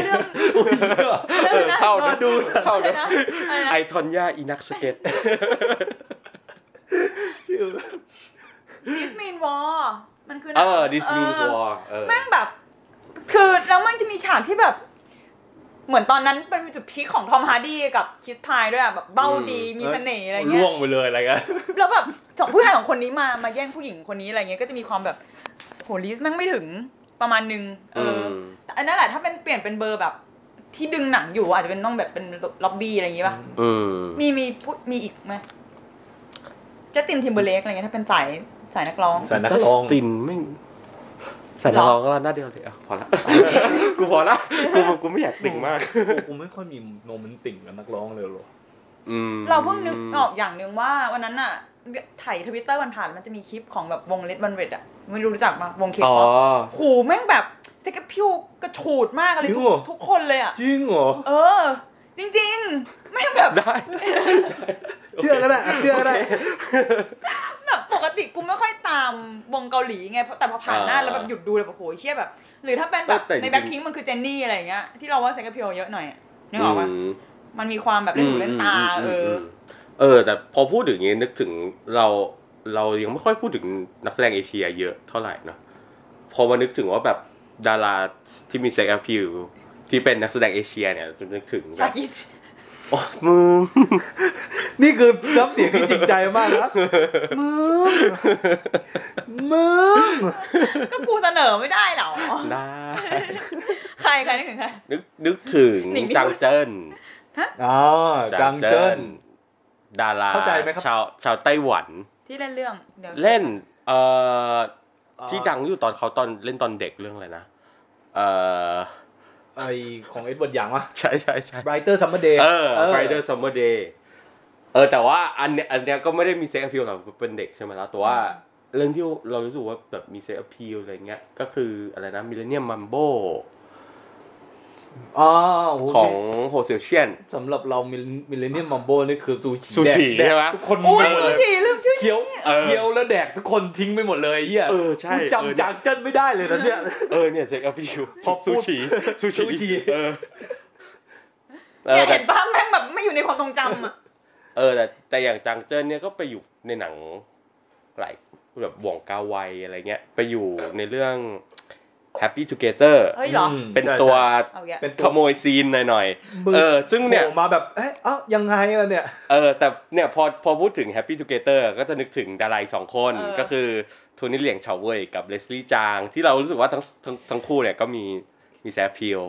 S2: เก็
S1: ว่าเรื่อง
S2: ตเออเข้านะดู เข้า
S1: อะไร
S2: นะ
S1: นะอะไรนะ
S2: ไอทอนย่าอีนักสเก็ต
S3: ชื่อ
S1: ดิสมีนวอร์มันคือหนัง
S2: เออ this means
S1: เออ
S2: war เออ
S1: แม่งแบบ คือแล้วมันจะมีฉากที่แบบ เหมือนตอนนั้นเป็นจุดพีคของทอมฮาร์ดี้กับคิสพายด้วยอะแบบเบ้าดีมีเสน่ห์อะไรเงี้ย
S3: ล่วงไปเลยอะไรเงี้ย
S1: แล้วแบบสองผู้ชายของคนนี้มามาแย่งผู้หญิงคนนี้อะไรเงี้ยก็จะมีความแบบโหลิสแม่งไม่ถึงประมาณนึงเอออ
S2: ม
S1: แต่อันนั้นแหละถ้าเป็นเปลี่ยนเป็นเบอร์แบบ ที่ดึงหนังอยู่อาจจะเป็นต้องแบบเป็นล็อบบี้อะไรอย่างงี้ป่ะ
S2: อืม
S1: มีมีพูดมีอีกไหมจะตินทิมเบอร์เลกอะไรเงี้ยถ้าเป็นสายสายนักร้อง
S3: สายนักร้อง
S2: จัสตินไม่ใส่นักร้องก็หน้าเดียวเลยอ่ะพอละ กูพอละกูกูไม่อยากติ่งมาก
S3: กูไม่ค่อยมีโมเมนต์ติ่งกับนักร้องเลยหรอ
S2: อืม
S1: เราเพิ่งนึกออกอย่างหนึ่งว่า วันนั้นอะถ่ายทวิตเตอร์วันผ่านมันจะมีคลิปของแบบวงเลดบันเรดอะไม่รู้รู้จักปะวงเคป๊
S2: อ๋อ
S1: อปหูแม่งแบบเซ็กพิวกระฉูดมากอะไรทุ
S3: จริงเหร
S1: ก
S3: อ
S1: ทุกคนเลยอะ
S3: จริงเหรอ
S1: เออ จริงๆไม่ง แบบ
S2: ได้
S3: เชื่อก็ได้เชื่อก็ได้
S1: แบบปกติกูไม่ค่อยตามวงเกาหลีไงเพราะแต่พอผ่านหน้า
S2: อ่า
S1: แล้วแบบหยุดดูแล้วแบบโหเชี่ยแบบ หรือถ้าเป็นแบบ
S2: แต่จริ
S1: ใน
S2: ง
S1: แบ็คพิงมันคือเจนนี่อะไรอย่างเงี้ยที่เราว่าเซ็กเพียวเยอะหน่อยอะนึกออกปะ
S2: ม
S1: มันมีความแบบเล่นหูเล่นตา
S2: ม
S1: เออ
S2: มเออ แต่พอพูดถึงอย่างนี้นึกถึงเราเรายังไม่ค่อยพูดถึงนักแสดงเอเชียเยอะเท่าไหร่เนอะพอมานึกถึงว่าแบบดาราที่มีเซ็กแอพิวที่เป็นนักแสดงเอเชียเนี่ยจะนึกถึงแบ
S1: ชา
S2: บ
S1: คิด
S2: โอ้มึง
S3: นี่คือน้ำเสียงที่จริงใจมากนะมึงมึง
S1: ก็กูเสนอไม่ได้เหรอ
S2: ได้
S1: ใครใครนึกถึงใคร
S2: นึกนึกถึง
S1: หนิงนี่
S2: จังเจิ้น
S3: อ๋อจังเจิ้น
S2: ดารา
S3: เข้าใจไหมครับ
S2: ชาวชาวไต้หวัน
S1: ที่เล่นเรื่องดี๋ยว
S2: เล่นเอ่อที่ดังอยู่ตอนเขาตอนเล่นตอนเด็กเรื่องอะไรนะเอ่อ
S3: ไอของเอ็ดเวิร์ดอย่างวะ
S2: ใช่ใช่ใช่
S3: Brighter Summer Day
S2: เออ Brighter Summer Day เออแต่ว่าอันเนี้ยอันเนี้ยก็ไม่ได้มีเซ็ก p ์พิลหรอกเป็นเด็กใช่ไหมล่ะแต่ว่าเรื่องที่เรารู้สึกว่าแบบมีเซ็ก p ์พิลอะไรเงี้ยก็คืออะไรนะมิเลเนียมมัมโบ
S3: อ๋อโโห
S2: ของโฮเซลเชียน
S3: สำหรับเรามิเลเนียมมัมโบนี่คือซูชิ
S2: ซูชิ
S3: แดก
S2: ใช่ไหม
S3: ทุกคน
S1: อุ้ย
S3: หมดเลย
S1: ทีลืมชื่อ
S3: เคี้ยว
S2: เออ
S3: เคี้ยวแล้วแดกทุกคนทิ้งไปหมดเลยเฮีย
S2: เออใช่
S3: กู
S2: เออเนี่ย
S3: จำจังเจิ้นไม่ได้เลยนะเนี่ย
S2: เออเนี่ยเซ็ก p ์ พิล
S3: พอพู
S2: ซู
S3: ด
S2: ชิซู
S3: ซูชิ
S2: ชิเออเอ
S1: เนี่
S2: อย แต่
S1: เห็นป้าแม่งแบบไม่อยู่ในความทรงจำอะ
S2: เออแต่แต่อย่างจางเจิ้นเนี่ยก็ไปอยู่ในหนังหลายแบบหว่องกาไวอะไรเงี้ย ไปอยู่ในเรื่อง Happy Together
S1: เฮ้ยเหรอ
S3: ม
S2: เป็นตัว
S1: เอาแกะ
S3: เป็น
S2: ขโมยซีนหน่อย
S3: มื
S2: ๆ เออ ซึ่งเนี่ย
S3: โผล่มาแบบเอ๊ะเอ้ายังไงล่ะเนี่ย
S2: เออ แต่เนี่ยพอพอพูดถึง Happy Together ก็จะนึกถึงดาราอีกสองคน
S1: เออ
S2: ก็คือโทนี่เหลียงเฉาเว่ยกับเลสลี่จาง ที่เรารู้สึกว่าทั้งทั้งทั้งคู่เนี่ยก็มีมีแซฟพิล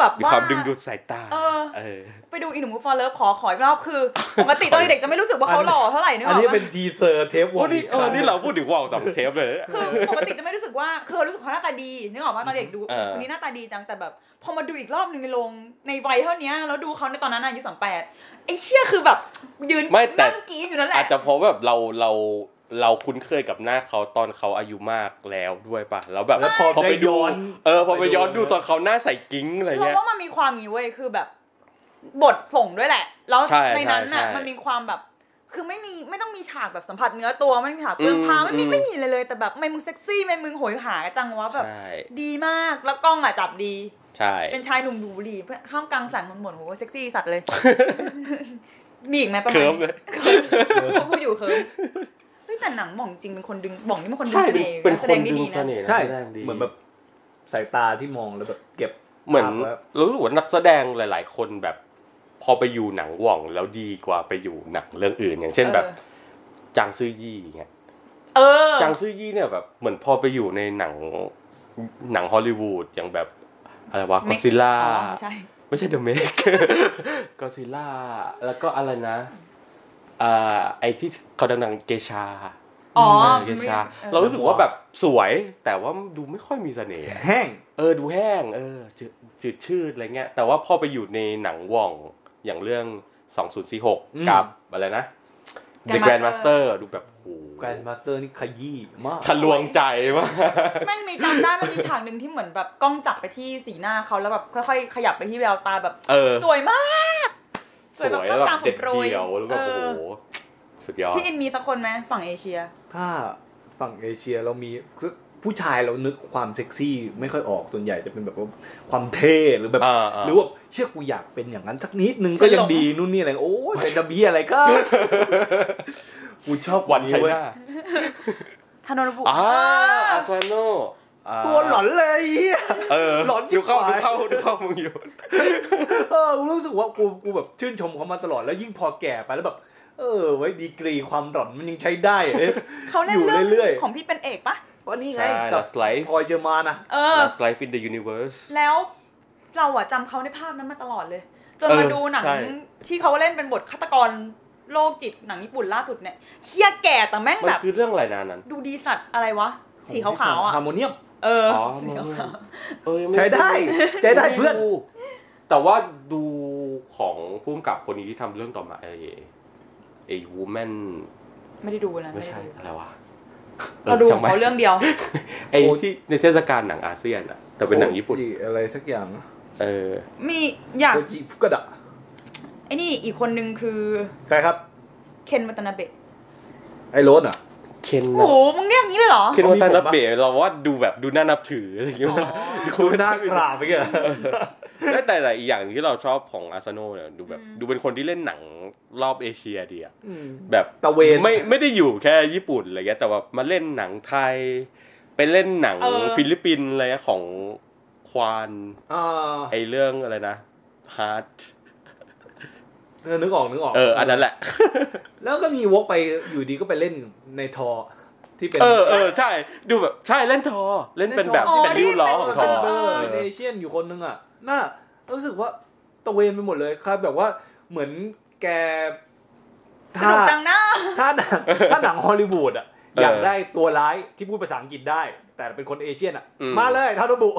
S1: แบบ
S2: มี
S1: ว่า
S2: ความดึงดูดสายตา
S1: เออ
S2: เออ
S1: ไปดูอีหนุ่มฟอร์เลิฟขอขออีกรอบคือปกติตอนเด็กๆจะไม่รู้สึกว่าเขาหล่อเท่าไหร่นึกอ
S3: อัน
S1: อก
S3: นี้
S1: ปะ
S3: เป็นทีเซอร์เทปว
S2: วั
S3: อน
S2: นี้เออนี่เราพูดถึงวอลสองเทปเลย
S1: คือปกติจะไม่รู้สึกว่าคือรู้สึกเขาหน้าตาดีนึกออกว่าตอนเด็กดู
S2: เออ
S1: คนนี้หน้าตาดีจังแต่แบบพอมาดูอีกรอบหนึ่งในโรงในวัยเท่านี้แล้วดูเขาในตอนนั้นอายุสามแปดไอ้เชี่ยคือแบบยืน
S2: ไม่แต่
S1: นั่งกรีดอยู่นั่นแหละ
S2: อาจจะเพราะแบบเราเราเราคุ้นเคยกับหน้าเขาตอนเขาอายุมากแล้วด้วยป่ะแล้วแบบ
S3: แล้วพอ
S2: พอ
S3: ได้
S2: ไปดู
S3: ย้อน
S2: เออพอไปย้อนดูตอนเขาหน้าใส่กิ้งอะไร
S1: เรา
S2: เงี้ย
S1: ว่ามันมีความนี้เว้ยคือแบบ บทส่งด้วยแหละ แล้ว
S2: ใช่
S1: ในนั้นน่ะ
S2: ใช่ใช่
S1: มันมีความแบบ คือไม่มีไม่ต้องมีฉากแบบสัมผัสเนื้อตัวไม่มีฉากเปลือง
S2: อืม
S1: ผ้าไม่มี
S2: อืม
S1: ไม่มีเลยเลย แต่แบบไม่มึงเซ็กซี่ไม่มึงโหยหาจังวะแบบ
S2: ใช่
S1: ดีมากแล้วกล้องอ่ะจับดี
S2: ใช่
S1: เป็นชายหนุ่มดูดบุหรี่เพื่อนห้ามกลางแสงมันหมดโหเซ็กซี่สัต ว์เลย มีอีกไหมประมาณ
S2: เคิร์ฟ
S1: นี้
S2: เลย
S1: เขาพูดอยู่เคิร์ม เฮ้ยแต่หนังหม่องจริงเป็นคนดึงหม่องนี่เป็นคนดึง
S2: ใช่
S1: เส
S2: เป็น
S1: น่ห์และแส
S2: เป็นค
S1: ดง
S2: น
S1: ได้
S2: ดึง
S1: ดี
S2: เส
S1: นะ
S2: น่ห์
S3: ใช่
S2: แสดงดี
S3: เหมือนแบบสายตาที่มองแล้วแบบเก็บ
S2: เหมือน
S3: ภาพไว้
S2: รู้สึกว่านักแสดงหลาย ๆ คนแบบ พอไปอยู่หนังหว่องแล้วดีกว่าไปอยู่หนังเรื่องอื่น อย่างเช่นแบบ จางซื่อยี่อย่างเงี้ย
S1: เออ
S2: จางซื่อยี่เนี่ยแบบเหมือนพอไปอยู่ในหนังหนังฮอลลีวูดอย่างแบบอะไรวะก็
S1: ไม่
S2: ซิล่า
S1: อ๋อไม่ใช่
S2: ไม่ใช่เดอะเม ก ก็ซิล่า แล้วก็อะไรนะอ่าไอที่เขาดังๆเกชา
S1: อ๋อ
S2: เออเกชา
S1: เออ
S2: เรารู้สึกว่าแบบสวยแต่ว่าดูไม่ค่อยมีเสน่ห์อะ
S3: แห้ง
S2: เออดูแห้ง เออจืดจืดชืดอะไรเงี้ย แต่ว่าพอไปอยู่ในหนังหว่องอย่างเรื่อง 2046
S3: อืม
S2: กับอะไรนะ The
S1: Grandmaster
S2: Grandmaster ดูแบบโอ้
S3: แกรนด์มาสเตอร์นี่ขยี้มาก
S2: ทะลวงใจมาก
S1: แม่งมีจำได้มันมีฉากหนึ่งที่เหมือนแบบกล้องจับไปที่สีหน้าเขาแล้วแบบค่อยๆขยับไปที่แววตาแบบ
S2: เออ
S1: สวยมาก
S2: ส
S1: ส
S2: ว
S1: วย ย
S2: แบ
S1: แบบ บข้าม
S2: เด็
S1: ตาผม
S2: ด
S1: โปรย
S2: เดียวแล้วแบบ
S1: เอ
S2: โอ้
S1: อ
S2: โหสุดยอด
S1: พี่อินมีสักคนไหมฝั่งเอเชีย
S3: ถ้าฝั่งเอเชียเรามีคือผู้ชายเรานึกความเซ็กซี่ไม่ค่อยออกส่วนใหญ่จะเป็นแบบว่าความเท่หรือแบบ
S2: อ่าๆ
S3: หรือว่าเชื่อกูอยากเป็นอย่างนั้นสักนิดนึงก็ยังดีนู่นนี่อะไรโอ้ยเป็นระเบียอะไรก็ กูชอบ
S2: วันไช
S3: เว้ย
S2: น่า
S1: ทานนบุ
S2: อ่าอาซาโนอ่า
S3: ตัวหลอนเลยไอ้เหี้ย
S2: เออ
S3: หลอน
S2: ดูเข้า
S3: ชิ
S2: ดู
S3: บหาย
S2: เข้าดูเข้ามึงอยู่
S3: เออกูรู้สึกว่ากูกูแบบชื่นชมเขามาตลอดแล้วยิ่งพอแก่ไปแล้วแบบ เออ ไว้ดีกรีความหลอนมันยังใช้ได้เอ๊ะ
S1: เขาเล่น
S3: อยู่
S1: เรื่อง
S3: เรื่อยๆ
S1: ของพี่เป็นเอกปะ
S3: ก็นี่ไง
S2: ใช่
S3: กับ
S2: Last Life
S3: พลอยเจอมานะ
S1: เออ
S2: Last Life in the Universe
S1: แล้วเราอะจำเขาในภาพนั้นมาตลอดเลย จนมา
S2: เออ
S1: ดูหนัง
S2: ใช่
S1: ที่เขาเล่นเป็นบทฆาตกรโรคจิตหนังญี่ปุ่นล่าสุดเนี่ยเฮียแก่แต่แม่ง
S2: มัน
S1: แบบ
S2: คือเรื่องอะไรนานั้น
S1: ดูดีสัตว์อะไรวะ สีขาวๆอ่ะ
S3: ฮาร์โมเนียม
S1: เออ
S2: อ๋อ
S1: สีขาว
S2: เออยังม่
S3: ใช้ได้ใช้ได้เพื่อน
S2: ม่รู้แต่ว่าดูของผู้กำกับคนนี้ที่ทำเรื่องต่อมาไอ้ไอ้ woman
S1: ๆไม่ได้ดูนะไม่
S2: ไม่
S1: ได้
S2: ใช่
S1: ดู
S2: อะไรวะ
S1: เราดู
S2: ออ
S1: ขอ
S2: จำ
S1: ง
S2: ไม่
S1: เขาเรื่องเดียว
S2: ไอ้ที่ในเทศกาลหนังอาเซียนอะแต่เป็นหนังญี่ปุ่น
S3: โคจิอะไรสักอย่าง
S2: เออ
S1: มีอยาก
S3: โคจิฟุกะดะ
S1: ไอ้นี่อีกคนนึงคือ
S3: ใครครับ
S1: เคนวัตนาเบะ
S3: ไอ้โรสอ่ะ
S2: เคน
S1: โอ้โหมึงเรียกงี้เลยเหรอ
S2: เคนวาตานับเบะเราว่าดูแบบดูน่านับถืออะไรอย่างเงี้ย
S3: ดูหน้ากราบไปเงี้ย
S2: แต่แต่แต่อีกอย่างที่เราชอบของอาร์เซโนอลเนี่ยดูแบบ
S1: อืม
S2: ดูเป็นคนที่เล่นหนังรอบเอเชียดีอะ
S3: อืม
S2: แบบ
S3: ตะเวน
S2: ไม่ไม่ได้อยู่แค่ญี่ปุ่นอะไรเงี้ยแต่ว่ามาเล่นหนังไทย ไปเล่นหนัง
S1: เออ
S2: ฟิลิปปินส์อะไรเงี้ยของควาน
S3: อ่า
S2: ไอเรื่องอะไรนะฮาร์ด
S3: เออนึกออกนึกออก
S2: เอออันนั้นแหละ
S3: แล้วก็มีวกไปอยู่ดีก็ไปเล่นในทอที่เป็น
S2: เออเออใช่ ดูแบบใช่เล่นทอ เล่นเป็นแบบ
S1: อ๋อ
S2: ที่เป็นริ้วล้อของทอ
S1: ที่
S3: เอ
S1: เอ
S3: อ
S1: อ
S3: เป็นเอเชียนอยู่คนนึงอ่ะ น่ารู้สึกว่าตะเวนไปหมดเลยครับแบบว่าเหมือนแก
S1: สนุ
S3: ถ้าก
S1: จังนะ
S3: ถ้าห นังถ้าหนังฮอลลีวูดอ่ะ อยากได้ตัวร้ายที่พูดภาษาอังกฤษได้ แต่เป็นคนเอเชียนอ่ะ มาเลยทานุบุ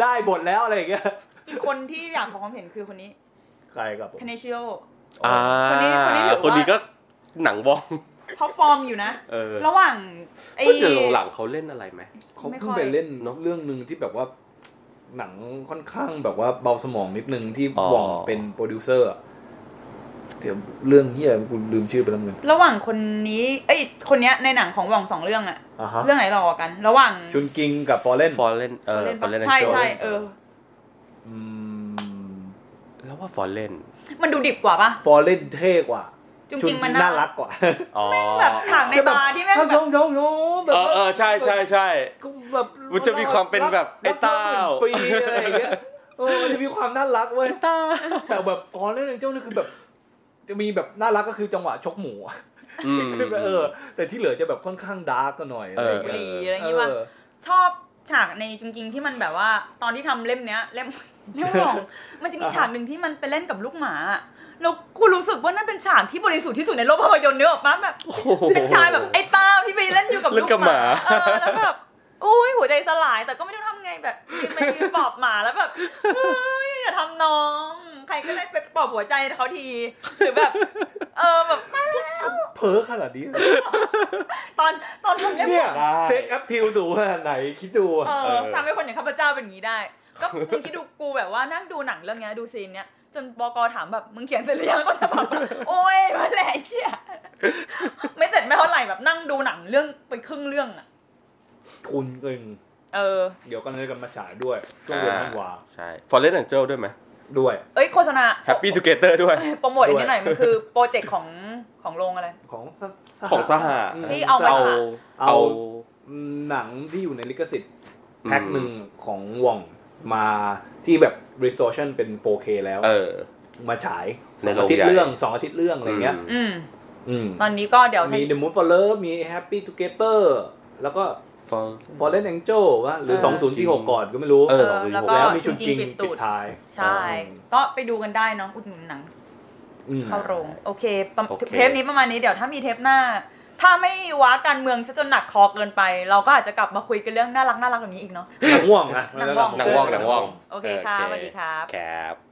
S3: ได้บทแล้วอะไรอย่างเงี้ย
S1: อีกคนที่อยากขอความเห็นคือคนนี้
S3: ใครครับผม
S1: คาเนชิโอ
S2: อ่า
S1: คนนี้คนนี้ถือว่า
S2: คนนี้ก็หนังวอง
S1: ท็อปฟอร์มอยู่นะ
S2: เออ
S1: ระหว่างไอ้
S2: ก็เจอหลังๆเขาเล่นอะไรไหม
S3: เขา
S1: ไม่ค่
S3: เพิ่ง
S1: อย
S3: ไปเล่น
S2: เนอะ
S3: เรื่องหนึ่งที่แบบว่า หนังค่อนข้างแบบว่าเบาสมองนิดนึงที่
S2: อ๋อ
S3: หว่องเป็นโปรดิวเซอร์อะเดี๋ยวเรื่องเฮียกูลืมชื่อไปแล้วมึง
S1: ระหว่างคนนี้เอ้ยคนเนี้ยในหนังของหว่องสองเรื่องอะ
S3: อ่ะฮะ
S1: เรื่องไหนหล่อกว่ากัน ระหว่าง
S3: ชุนกิงกับฟอร์เรน
S2: ฟอร์เรนเออฟอร์เรน
S1: ใช่ใช่เออ
S3: อืม
S2: แล้วว่าฟอร์เรน
S1: มันดูดิบกว่าปะ
S3: ฟอร์เรนเท่กว่า
S1: จุง
S3: ชุน
S1: กิง
S3: กิ
S1: มัน
S3: ง
S1: น่า
S3: น่า
S1: รั
S3: รั
S1: ก
S3: กกว่า
S2: อ๋อ
S1: แบบฉากใน บาร์ที่แม่งแบบ
S3: โยงโยงโยงแบบ
S2: เออเออใช่ใช่ใช่
S3: ก็แบบ
S2: มันจะมีความเป็นแบบไอ้เต้า
S3: รักเธอหมื่นปีอะไรอย่าง เงี้ยเออมันจะมีความน่ารักเว้ย แต่แบบฟอนเล่นเจ้านี่คือแบบ จะมีแบบน่ารักก็คือจังหวะชกหมูอะ
S2: อืม
S3: คือแบบเออ แต่ที่เหลือจะแบบค่อนข้างดาร์กก็หน่อยอะไรอย่าง
S1: บุหรี่
S3: เงี้ย
S1: อะไรอย่างงี้ปะ
S3: เออ
S1: ชอบ ฉากในจริง ๆ ที่มันแบบว่า ตอนที่ทำเล่มเนี้ย เล่มเล่มของมันจะมี
S3: อ่าฮะ
S1: ฉากหนึ่งที่มันไปเล่นกับลูกหมาแล้วกูรู้สึกว่านั่นเป็นฉากที่บริสุทธิ์ที่สุดในโลกภาพยนตร์เนื้อออกปะแบบ
S2: โอ้โห
S1: เด็กชายแบบไอ้เต้าที่ไปเล่นอยู่กับ
S2: เล่
S1: ลู
S2: น
S1: ก
S2: กับ
S1: หมา
S2: หมา
S1: เออแล้วแบบอุ้ยหัวใจสลายแต่ก็ไม่รู้ทำไงแบบยืนไปยืนปลอบหมาแล้วแบบเฮ้ยอย่าทำน้อง ใครก็ได้ไปปลอบหัวใจเขาทีหรือแบบ เออแบบตายแล้ว
S3: เพ้อขนาดนี้
S1: ตอนตอนทำเล่ม
S3: เนี่ย
S2: ได้
S3: เซ็กแอปพิลสูงขนาดไหนคิดดูอะ
S1: เอ
S2: เอ
S1: อ
S2: อ
S1: ทำให้คนอย่างข้าพเจ้าเป็นอย่างนี้ได้ ก็มึงคิดดูกูแบบว่านั่งดูหนังเรื่องเนี้ยดูซีนเนี้ยจนบกถามแบบมึงเขียนเสร็จหรือยังก็จะแบบว่าโอ้ยมาแหละไอ้เหี้ยไม่เสร็จไม่เท่าไหร่แบบนั่งดูหนังเรื่องไปครึ่งเรื่องอ่ะ
S3: คุณเอง
S1: เออ
S3: เดี๋ยวกันเลยกันมาฉายด้วยช่วงเดือนธันวา
S2: ใช่ฟอร์เรสต์แองเจิลด้วยไหม
S3: ด้วย
S1: เอ้ยโฆษณา
S2: แฮปปี้ทูเกเตอร์ด้วย
S1: เอ้ย โปรโมทอันนี้หน่อยมันคือโปรเจกต์ของของโรงอะไร
S3: ของส
S2: ของสหะ
S1: ที่เอามา
S2: เอา
S3: เอาหนังที่อยู่ในลิขสิทธิ์แพ็คหนึ่งของวองมาที่แบบ restoration เป็น 4K แล้ว
S2: เออ
S3: มาฉาย
S2: ใน
S3: สอ
S2: โรง
S3: งอาทิต
S2: ใหญ่
S3: ย์เรื่องสองอาทิตย์เรื่องอะไรเงี้ย
S1: อืม
S3: อืม
S1: ตอนนี้ก็เดี๋ยว
S3: มี The Mood for Love มี Happy Together แล้วก็
S2: ฟอร์
S3: Fallen Angel วะหรือ
S2: เออ
S3: 2046 ก่อนก็ไม่รู้
S2: เออ
S1: แล้ว
S2: เอ
S1: ก็
S2: อ
S3: แล้วมี
S1: ชุ
S3: ชุ
S1: ด
S3: ด
S1: กิ
S3: กิ
S1: ง
S3: ง
S1: ปิดตู
S3: ปิ
S1: ด
S3: ดท้าย
S1: ใช่ ก็ไปดูกันได้เนาะอุดหนุนหนัง
S3: อืม
S1: เข้าโรง โอเคประ
S2: โอเค
S1: เทปนี้ประมาณนี้เดี๋ยวถ้ามีเทปหน้า ถ้าไม่ว้าการเมืองซะจนหนักคอเกินไป เราก็อาจจะกลับมาคุยกันเรื่องน่ารักน่ารักแบบนี้อีกเนาะ
S3: หนังว่องนะ
S1: หนังว่อง
S2: หนังว่องหนังว่อง
S1: โอเคค่ะสวัสดีครับ
S2: ครับ